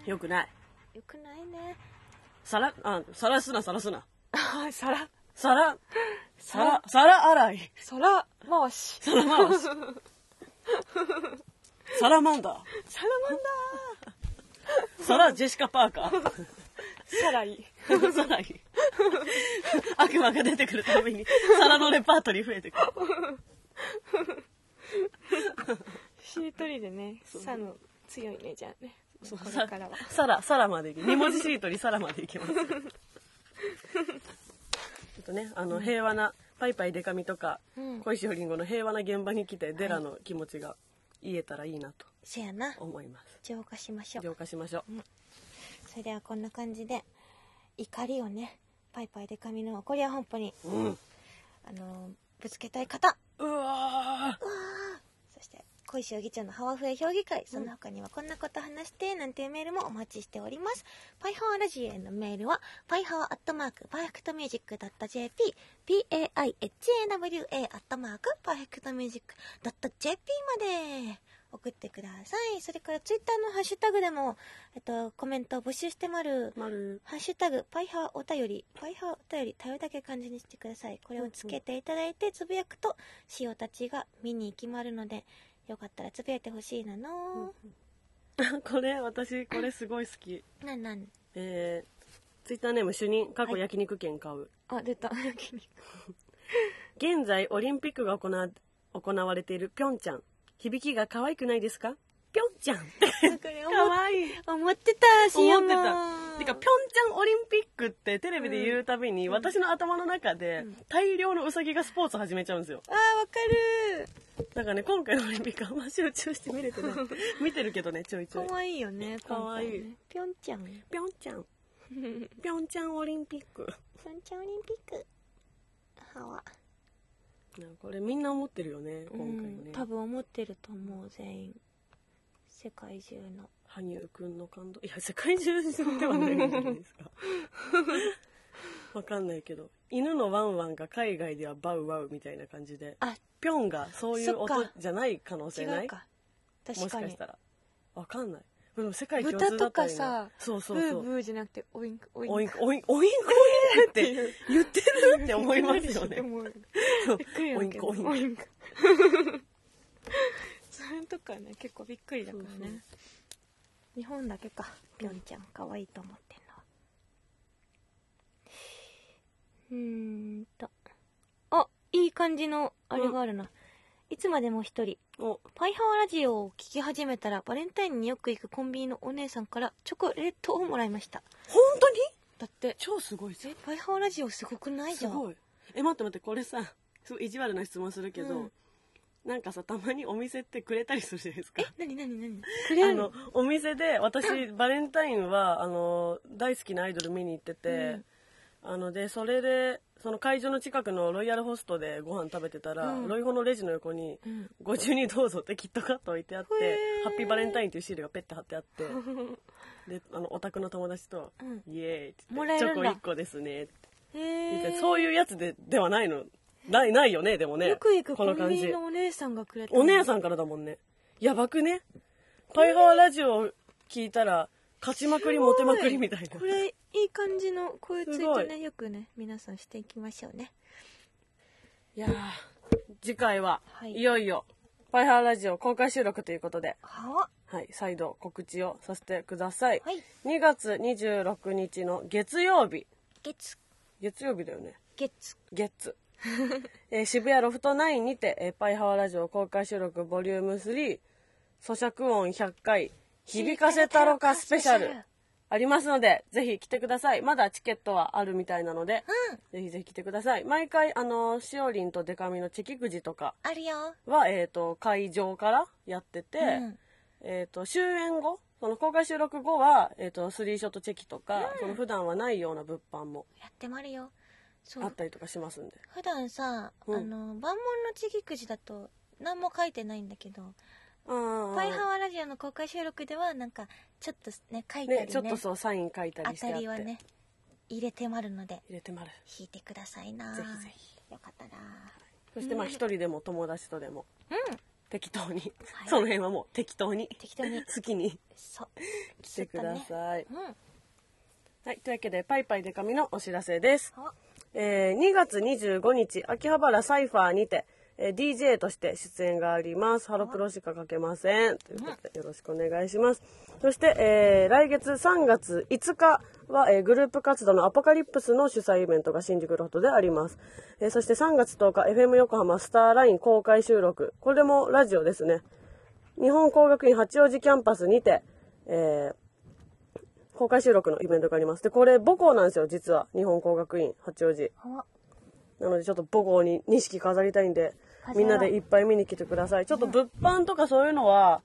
Speaker 2: よくない
Speaker 1: よくないね
Speaker 2: さらあさらすなさらすな
Speaker 1: あ皿
Speaker 2: さらさらさら洗い
Speaker 1: 皿回し
Speaker 2: さ ら回しサラマンダー
Speaker 1: サラマン
Speaker 2: サラジェシカ・パーカー
Speaker 1: ダー皿い
Speaker 2: さらに悪魔が出てくるたびに皿のレパートリー増えてくる
Speaker 1: しりとりでねさの強いねじゃあねこれ
Speaker 2: さ
Speaker 1: からは
Speaker 2: さらさらまで行き二文字しりとりさらまで行きます ちょっとねあの平和なパイパイデカミとか、
Speaker 1: うん
Speaker 2: 小石よりんごの平和な現場に来てデラの気持ちが言えたらいいなと
Speaker 1: せやな
Speaker 2: 思います
Speaker 1: 浄化しましょう
Speaker 2: 浄化しましょう、
Speaker 1: それではこんな感じで怒りをねパイパイで髪の怒りや本舗に、
Speaker 2: うん、
Speaker 1: あのーぶつけたい方
Speaker 2: うわ
Speaker 1: そして小石容議長のハワフエ評議会その他にはこんなこと話してなんていうメールもお待ちしております、パイハワラジオへのメールはパイハワアットマークパーフェクトミュージック .jp paihawa アットマークパーフェクトミュージック .jp まで送ってくださいそれからツイッターのハッシュタグでも、えっと、コメントを募集してまる
Speaker 2: ーまる
Speaker 1: ハッシュタグ、パイハーお便り、パイハーお便り、頼りだけ漢字にしてください。これをつけていただいてつぶやくと、塩たちが見に行きまるので、よかったらつぶやいてほしいなの
Speaker 2: これ私これすごい好き
Speaker 1: ー。なんなん
Speaker 2: えー、ツイッターネーム主任過去焼肉券買う、
Speaker 1: あ、出た。
Speaker 2: 現在オリンピックが行わ行われているピョンチャン響きが可愛くないですかぴょんちゃん。
Speaker 1: これ
Speaker 2: か
Speaker 1: 思っ
Speaker 2: わいい。
Speaker 1: 思ってたし
Speaker 2: 思
Speaker 1: よ
Speaker 2: って
Speaker 1: も
Speaker 2: た。てか、ピョンチャンオリンピックってテレビで言うたびに、私の頭の中で大量のウサギがスポーツ始めちゃうんですよ。
Speaker 1: あーわかる
Speaker 2: だからね、今回のオリンピックあんま集中して見れて ない。見てるけどね、ちょいちょい
Speaker 1: か。わいいよね
Speaker 2: かわいい
Speaker 1: ぴょんちゃん ぴ
Speaker 2: ピョンチャン。ピョンチャンオリンピック。
Speaker 1: ょんちゃんオリンピックはわ
Speaker 2: なんかこれみんな思ってるよね、今回ね。
Speaker 1: 多分思ってると思う全員世界中の
Speaker 2: 羽生くんの感動。いや、世界中ではないんじゃない ですか。わかんないけど。犬のワンワンが海外ではバウワウみたいな感じで。
Speaker 1: あ
Speaker 2: ピョンがそういう
Speaker 1: そっ
Speaker 2: 音
Speaker 1: か
Speaker 2: じゃない可能
Speaker 1: 違
Speaker 2: 性ないう
Speaker 1: か
Speaker 2: も
Speaker 1: 確
Speaker 2: し
Speaker 1: か
Speaker 2: か
Speaker 1: に
Speaker 2: したらわかんないでも世界共通だったらいいな
Speaker 1: 豚とかさ
Speaker 2: そう
Speaker 1: ブ
Speaker 2: そうそ
Speaker 1: ー
Speaker 2: う
Speaker 1: ブーじゃなくてオインクオインク
Speaker 2: おいんこおいんおいんこって言ってるって思いますよね
Speaker 1: 思う
Speaker 2: そう
Speaker 1: びっくりやけど
Speaker 2: オインクオインク
Speaker 1: ンク それとかね結構びっくりだからね
Speaker 2: そうそう
Speaker 1: 日本だけかぴょんちゃん可愛いと思ってんのはうーんとあいい感じのあれがあるな、いつまでも一人
Speaker 2: お
Speaker 1: パイハワラジオを聞き始めたらバレンタインによく行くコンビニのお姉さんからチョコレートをもらいました
Speaker 2: 本当に
Speaker 1: だって
Speaker 2: 超すごいじゃん
Speaker 1: えパイハワラジオすごくないじ
Speaker 2: す
Speaker 1: ゃん
Speaker 2: ごいえ待って待ってこれさすごい意地悪な質問するけど、
Speaker 1: うん
Speaker 2: なんかさたまにお店ってくれたりするじゃないですか
Speaker 1: えなになになにくれ
Speaker 2: あ
Speaker 1: るの
Speaker 2: のお店 で私バレンタインはあの大好きなアイドル見に行ってて、あのでそれでその会場の近くのロイヤルホストでご飯食べてたら、
Speaker 1: うん
Speaker 2: ロイホのレジの横に
Speaker 1: うん
Speaker 2: 「ご自由にどうぞ」ってキットカット置いてあって
Speaker 1: へー
Speaker 2: 「ハッピーバレンタイン」っていうシールがペッて貼ってあって であのお宅の友達と
Speaker 1: うん
Speaker 2: イエーイ!」って
Speaker 1: も
Speaker 2: 言
Speaker 1: ら
Speaker 2: っ
Speaker 1: え
Speaker 2: て「
Speaker 1: るん
Speaker 2: チョコ
Speaker 1: だ
Speaker 2: 1個ですね」って言って
Speaker 1: へえ
Speaker 2: そういうやつでではないのないないよねでもね
Speaker 1: よく行く
Speaker 2: こ
Speaker 1: コ
Speaker 2: の
Speaker 1: ン
Speaker 2: 感
Speaker 1: ビ
Speaker 2: じ
Speaker 1: ニのお姉さんがくれた
Speaker 2: お姉
Speaker 1: ん
Speaker 2: さんからだもんね。やばくねパイハワラジオ聞いたら、勝ちまくり、モテまくりみたいな
Speaker 1: こ。れいい感じのこういうツイート
Speaker 2: すご
Speaker 1: ねよくね皆さんしていきましょうね
Speaker 2: いやー次回は、、
Speaker 1: はいい
Speaker 2: よいよ、パイハワラジオ公開収録ということで、
Speaker 1: は
Speaker 2: はい、再度告知をさせてください。
Speaker 1: はい
Speaker 2: 2月26日の月曜日。
Speaker 1: 月
Speaker 2: 月曜日だよね。
Speaker 1: 月
Speaker 2: ゲッ ツ。えー渋谷ロフト9にて、えーパイハワラジオ公開収録ボリューム3、咀嚼音100回、響かせたろかスペシャル。ありますので、ぜひ来てください。まだチケットはあるみたいなので、
Speaker 1: うん
Speaker 2: ぜひぜひ来てください。毎回、あの、しおりんとデカミのチェキくじとか
Speaker 1: あるよ
Speaker 2: は、えっ、と、会場からやってて、
Speaker 1: うん
Speaker 2: えっ、と、終演後、その公開収録後は、えっ、と、スリーショットチェキとか、その普段はないような物販も
Speaker 1: やってまるよそ
Speaker 2: あ
Speaker 1: う
Speaker 2: ったりとかしますんで。
Speaker 1: 普段さあ
Speaker 2: うん
Speaker 1: の万文のちぎくじだと何も書いてないんだけど
Speaker 2: うん。
Speaker 1: パイハワラジオの公開収録ではなんかちょっとね書いたり
Speaker 2: ね、
Speaker 1: ね
Speaker 2: ちょっとそう、サイン書いた
Speaker 1: あ
Speaker 2: りして
Speaker 1: た
Speaker 2: あっ
Speaker 1: り
Speaker 2: て。
Speaker 1: はね入れてまるので
Speaker 2: 入れてまる。
Speaker 1: 引いてくださいな
Speaker 2: ぜひぜひ。
Speaker 1: よかったな
Speaker 2: そして、まあ、一人でも友達とでも、
Speaker 1: うん
Speaker 2: 適当に、
Speaker 1: はい
Speaker 2: その辺はもう適当に、
Speaker 1: 適当に
Speaker 2: 好きに
Speaker 1: そう
Speaker 2: 来てくだ
Speaker 1: ちょっ
Speaker 2: さい。
Speaker 1: とね
Speaker 2: はい、というわけで、パイパイデカミのお知らせです。
Speaker 1: うんあ
Speaker 2: えー2月25日、秋葉原サイファーにて、えー DJ として出演があります。ハロプロしか書けません。ということで、よろしくお願いします。そして、えー来月3月5日は、えーグループ活動のアポカリプスの主催イベントが新宿ロフトであります。えーそして3月10日、FM 横浜スターライン公開収録。これもラジオですね。日本工学院八王子キャンパスにて、えー公開収録のイベントがあります。で、これ母校なんですよ、実は。日本工学院八王子。
Speaker 1: あ
Speaker 2: なのでちょっと母校に錦飾りたいんで
Speaker 1: 飾ろ、う
Speaker 2: みんなでいっぱい見に来てください。ちょっと物販とかそういうのは、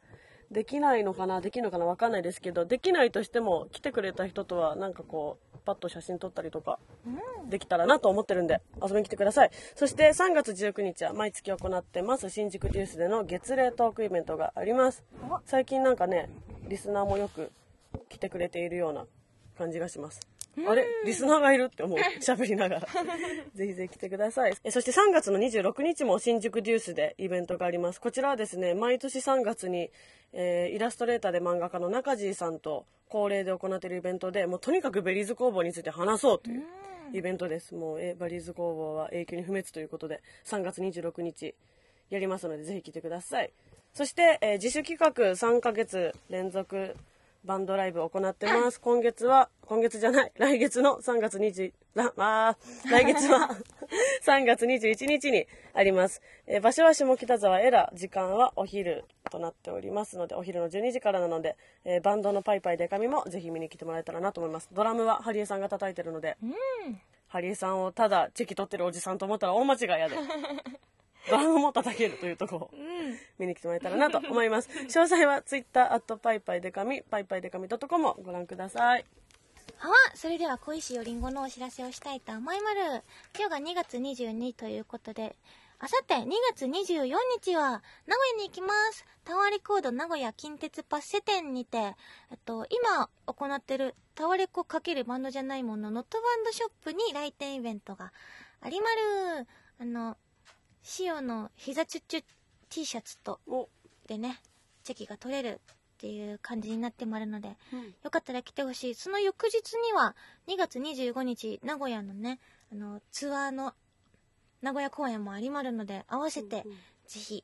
Speaker 2: できないのかなできるのかなわかんないですけど、できないとしても、来てくれた人とは、なんかこう、パッと写真撮ったりとか、できたらなと思ってるんで、遊びに来てください。そして、3月19日は毎月行ってます、新宿デュースでの月例トークイベントがあります。最近なんかね、リスナーもよく来てくれているような感じがします。あれリスナーがいるって思う。喋りながら。ぜひぜひ来てください。えそして3月の26日も新宿デュースでイベントがあります。こちらはですね、毎年3月に、えーイラストレーターで漫画家の中地さんと恒例で行っているイベントで、もうとにかくベリーズ工房について話そうというイベントです。もう、えバリーズ工房は永久に不滅ということで、3月26日やりますので、ぜひ来てください。そして、えー自主企画3ヶ月連続バンドライブを行ってます。今月は、今月じゃない、来月の3月20、らあー来月は3月21日にあります。えー場所は下北沢エラ、時間はお昼となっておりますので、お昼の12時からなので、えーバンドのパイパイデカミもぜひ見に来てもらえたらなと思います。ドラムはハリエさんが叩いてるので、ハリエさんをただチェキ取ってるおじさんと思ったら大間違いやで。ドラムも叩けるというところを見に来てもらえたらなと思います。詳細はツイッターアットパイパイデカミ、パイパイデカミ .com もご覧ください。
Speaker 1: はそれでは恋しよりんごのお知らせをしたいと思いまる今日が2月22ということであさって2月24日は名古屋に行きますタワーレコード名古屋近鉄パッセ店にてえっと今行ってるタワレコ×バンドじゃないものノットバンドショップに来店イベントがありまるあの塩の膝チュッチュ T シャツと
Speaker 2: お、
Speaker 1: でねチェキが取れるっていう感じになってもあるのでよかったら来てほしい。その翌日には、2月25日、名古屋のね、あの、ツアーの、名古屋公演もありまるので、合わせて、ぜひ、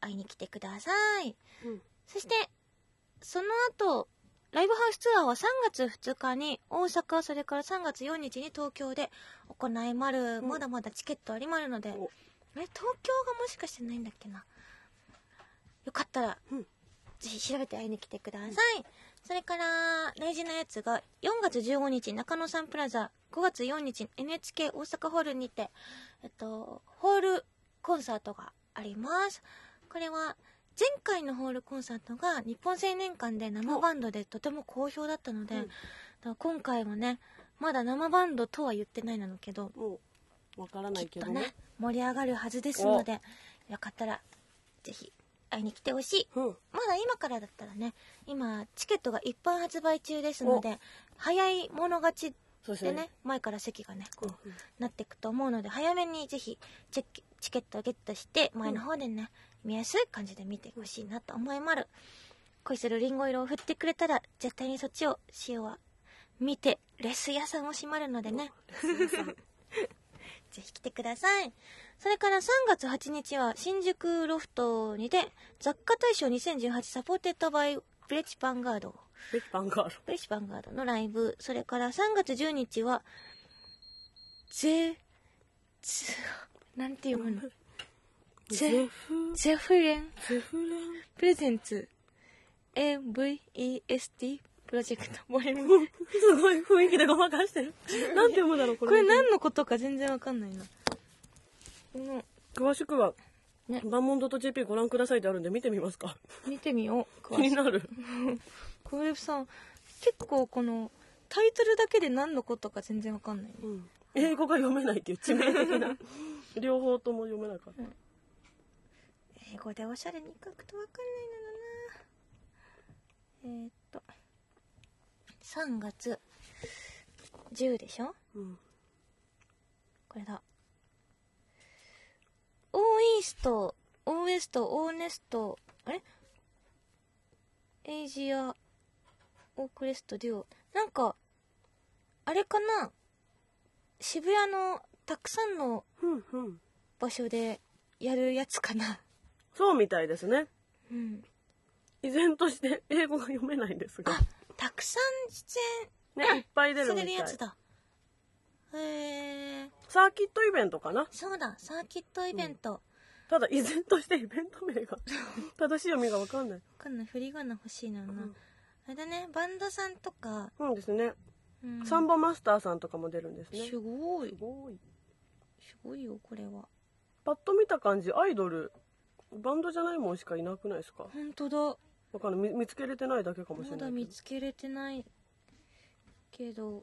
Speaker 1: 会いに来てください。
Speaker 2: うん
Speaker 1: そして、その後、ライブハウスツアーは3月2日に大阪、それから3月4日に東京で行いまる。
Speaker 2: うん
Speaker 1: まだまだチケットありまるので、え、
Speaker 2: お
Speaker 1: 東京がもしかしてないんだっけな。よかったら、
Speaker 2: うん
Speaker 1: ぜひ調べて会いに来てください。それから、大事なやつが、4月15日、中野サンプラザ、5月4日、NHK 大阪ホールにて、えっと、ホールコンサートがあります。これは、前回のホールコンサートが日本青年館で生バンドでとても好評だったので、
Speaker 2: うん
Speaker 1: だから今回もね、まだ生バンドとは言ってないなのけど、
Speaker 2: もう、わからな
Speaker 1: き
Speaker 2: い
Speaker 1: っ
Speaker 2: け
Speaker 1: と
Speaker 2: どね
Speaker 1: ね。、盛り上がるはずですので、よかったら、ぜひ、会いに来てほしい。
Speaker 2: うん。
Speaker 1: まだ今からだったらね、今、チケットが一般発売中ですので、早い者勝ち
Speaker 2: そうです
Speaker 1: で
Speaker 2: ね。
Speaker 1: ね、前から席がね、こう、
Speaker 2: うん
Speaker 1: なっていくと思うので、早めにぜひチェック、チケットをゲットして、前の方でね、見やすい感じで見てほしいなと思いまる。恋するリンゴ色を振ってくれたら、絶対にそっちを、塩は、見て、レス屋さんを閉まるのでね。ぜひ来てください。それから3月8日は新宿ロフトにて雑貨大賞2018サポーテッドバイブレッジヴァンガード、
Speaker 2: ベキパンガール。
Speaker 1: ブレッジヴァンガードのライブ、それから3月10日はゼ、ゼ、なんていうのゼ
Speaker 2: ゼフ、
Speaker 1: ゼフレン
Speaker 2: ゼフレン。
Speaker 1: プレゼンツ AVEST プロジェクトボリューム。
Speaker 2: すごい雰囲気でごまかしてる。なんて読むんだろう、これ。
Speaker 1: これ何のことか全然わかんないな。うん
Speaker 2: 詳しくは、
Speaker 1: ね
Speaker 2: バンモンド .jp ご覧くださいってあるんで見てみますか。
Speaker 1: 見てみよう。詳し
Speaker 2: 気
Speaker 1: く
Speaker 2: になる。
Speaker 1: 小林さん結構このタイトルだけで何のことか全然わかんないね
Speaker 2: 英語が読めないっていう致命的な。両方とも読めなかった。
Speaker 1: 英語でおしゃれに書くとわかんないのだなえー、っと3月10でしょ
Speaker 2: うん。
Speaker 1: これだオーイーストオーウエストオーネストあれエイジアオークレストデュオなんかあれかな渋谷のたくさんの
Speaker 2: うん、うん。
Speaker 1: 場所でやるやつかな。
Speaker 2: そうみたいですね。
Speaker 1: うん。
Speaker 2: 依然として英語が読めないんですが
Speaker 1: あ。、たくさん出
Speaker 2: ね、いっぱい出
Speaker 1: 演
Speaker 2: る
Speaker 1: さ
Speaker 2: み
Speaker 1: れ
Speaker 2: た
Speaker 1: る
Speaker 2: い。
Speaker 1: やつだ。へえ、
Speaker 2: サーキットイベントかな
Speaker 1: そうだ、サーキットイベント。
Speaker 2: ただ依然としてイベント名が 正しい読みが分かんない。
Speaker 1: こんな振り仮名欲しいな、
Speaker 2: ん
Speaker 1: あれだね、バンドさんとか、
Speaker 2: うんですね。
Speaker 1: うん、
Speaker 2: サンボマスターさんとかも出るんですね。
Speaker 1: すごい
Speaker 2: す。ごい。
Speaker 1: すごいよ、これは。
Speaker 2: パッと見た感じ、アイドル、バンドじゃないもんしかいなくないですか
Speaker 1: ほんとだ。
Speaker 2: わかんない。み見つけれてないだけかもしれ
Speaker 1: ま
Speaker 2: な
Speaker 1: だ
Speaker 2: いけ
Speaker 1: 見
Speaker 2: ど。
Speaker 1: つけれてないけど、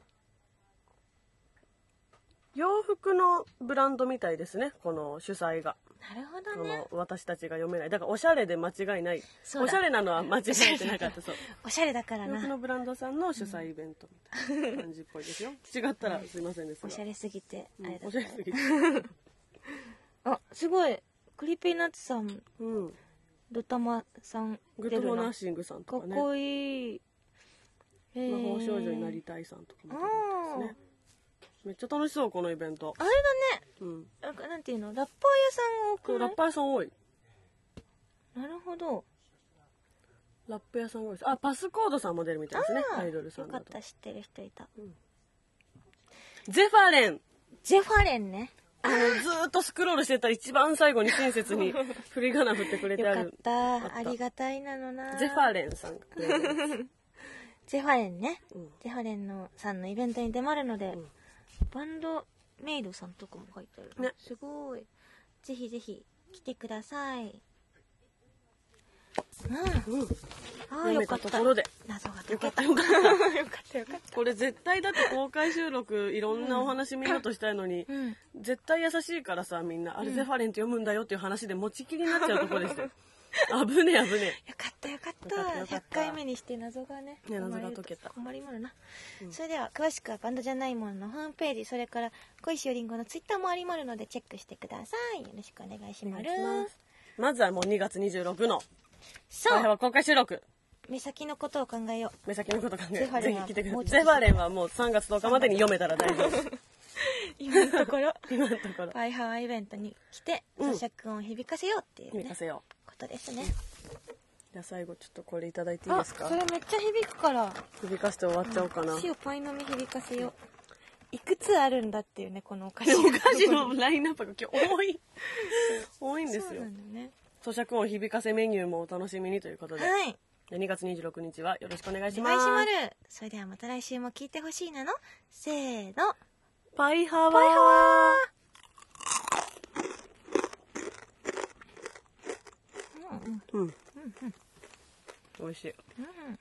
Speaker 2: 洋服のブランドみたいですね、この主催が。
Speaker 1: なるほ
Speaker 2: こ
Speaker 1: どね
Speaker 2: の。私たちが読めない。だからおしゃれで間違いない。
Speaker 1: そう
Speaker 2: お
Speaker 1: だ
Speaker 2: しゃれなのは間違えてな かった。そう。
Speaker 1: おしゃれだから
Speaker 2: 洋服
Speaker 1: な。
Speaker 2: のブランドさんの主催イベントみたいな感じっぽいですよ。違ったらすいませんです
Speaker 1: お
Speaker 2: が
Speaker 1: し。ゃれすぎて、あ
Speaker 2: うん
Speaker 1: れだ
Speaker 2: おしゃれすぎて。
Speaker 1: あ、すごい。クリピーナッツさん、
Speaker 2: うん。
Speaker 1: ドタマさん
Speaker 2: グ
Speaker 1: 出
Speaker 2: ッ
Speaker 1: る
Speaker 2: ドフォーナ
Speaker 1: な
Speaker 2: ッ。シングさん
Speaker 1: か
Speaker 2: と
Speaker 1: っ
Speaker 2: かね。
Speaker 1: こいい。へー
Speaker 2: 魔法少女になりたいさんとかも出るんですね。めっちゃ楽しそう、このイベント
Speaker 1: あ。れだね
Speaker 2: うん。
Speaker 1: なんかなんていうのラッパー屋さんが多
Speaker 2: そう
Speaker 1: くな
Speaker 2: ラッ
Speaker 1: い
Speaker 2: パーさん多い。
Speaker 1: なるほど
Speaker 2: ラップ屋さんが多いですあパスコードさんも出るみたいですね
Speaker 1: あー
Speaker 2: アイドルさん
Speaker 1: よか
Speaker 2: だ
Speaker 1: っ
Speaker 2: と
Speaker 1: た、知ってる人いた。
Speaker 2: ゼファレン
Speaker 1: ジェファレンね。
Speaker 2: あのずーっとスクロールしてたら一番最後に親切に振り仮名振ってくれて
Speaker 1: よ
Speaker 2: あ
Speaker 1: かっ
Speaker 2: る
Speaker 1: た。あ
Speaker 2: った
Speaker 1: りがたいなのな。
Speaker 2: ゼファレンさんが出る
Speaker 1: ジェファレンね。
Speaker 2: うん
Speaker 1: ジェファレンのさんのイベントに出まるので、
Speaker 2: うん
Speaker 1: バンドメイドさんとかも書いてある。
Speaker 2: ね
Speaker 1: すごい。ぜひぜひ来てください。うん。
Speaker 2: うん
Speaker 1: ああ、
Speaker 2: 読
Speaker 1: よ
Speaker 2: め
Speaker 1: か
Speaker 2: た
Speaker 1: っ
Speaker 2: と
Speaker 1: た。
Speaker 2: ころで
Speaker 1: 謎が解
Speaker 2: よ
Speaker 1: け。
Speaker 2: かった た
Speaker 1: よ
Speaker 2: よかった
Speaker 1: かった、よかった。
Speaker 2: これ絶対だって公開収録いろんなお話見ようとしたいのに、
Speaker 1: うん。
Speaker 2: 絶対優しいからさみんなあれゼファレンって読むんだよっていう話で持ちきりになっちゃうとこでし たよ危ねえ危ね
Speaker 1: よかったよかっ
Speaker 2: よかった
Speaker 1: た
Speaker 2: よか
Speaker 1: 100
Speaker 2: った
Speaker 1: 回目にして謎がね
Speaker 2: ね
Speaker 1: 生まれ
Speaker 2: 謎
Speaker 1: る
Speaker 2: が
Speaker 1: と
Speaker 2: 解けた
Speaker 1: 困りものな、それでは詳しくはバンドじゃないもののホームページそれから恋しおりんごのツイッターもありまるのでチェックしてくださいよろしくお願いしま
Speaker 2: お
Speaker 1: る
Speaker 2: 願いしますえまずはもう2月26の
Speaker 1: そ
Speaker 2: 大
Speaker 1: う
Speaker 2: は公開収録
Speaker 1: 目先のことを考えよ
Speaker 2: 目先のこと考え
Speaker 1: ゼファレ
Speaker 2: ぜ
Speaker 1: ン
Speaker 2: ひ
Speaker 1: は
Speaker 2: 来てくだ
Speaker 1: もう
Speaker 2: さい
Speaker 1: ちょっ
Speaker 2: ゼ
Speaker 1: と
Speaker 2: ファレンはもう3月10日までに読めたら大丈夫です
Speaker 1: う今のところ
Speaker 2: 今のところ
Speaker 1: パイハワイイベントに来て
Speaker 2: うん
Speaker 1: 咀嚼音を響かせようっていう
Speaker 2: 見
Speaker 1: ね
Speaker 2: かせよ
Speaker 1: ことですね
Speaker 2: うじゃあ最後ちょっとこれいただいていいですか
Speaker 1: あそれめっちゃ響くから
Speaker 2: 首かして終わっちゃおうかな、
Speaker 1: 塩パイの実響かせよういくつあるんだっていうねこのお菓子
Speaker 2: お菓子のラインナップが今日多い多いんです
Speaker 1: そう
Speaker 2: よ
Speaker 1: なんだよね
Speaker 2: 咀嚼音響かせメニューもお楽しみにということで、
Speaker 1: はい
Speaker 2: 2月26日はよろしくお願いし
Speaker 1: お
Speaker 2: ます
Speaker 1: 願いしまるそれではまた来週も聞いてほしいなのせーの
Speaker 2: パイハワー
Speaker 1: パイハワー
Speaker 2: うん美味しい
Speaker 1: うんうん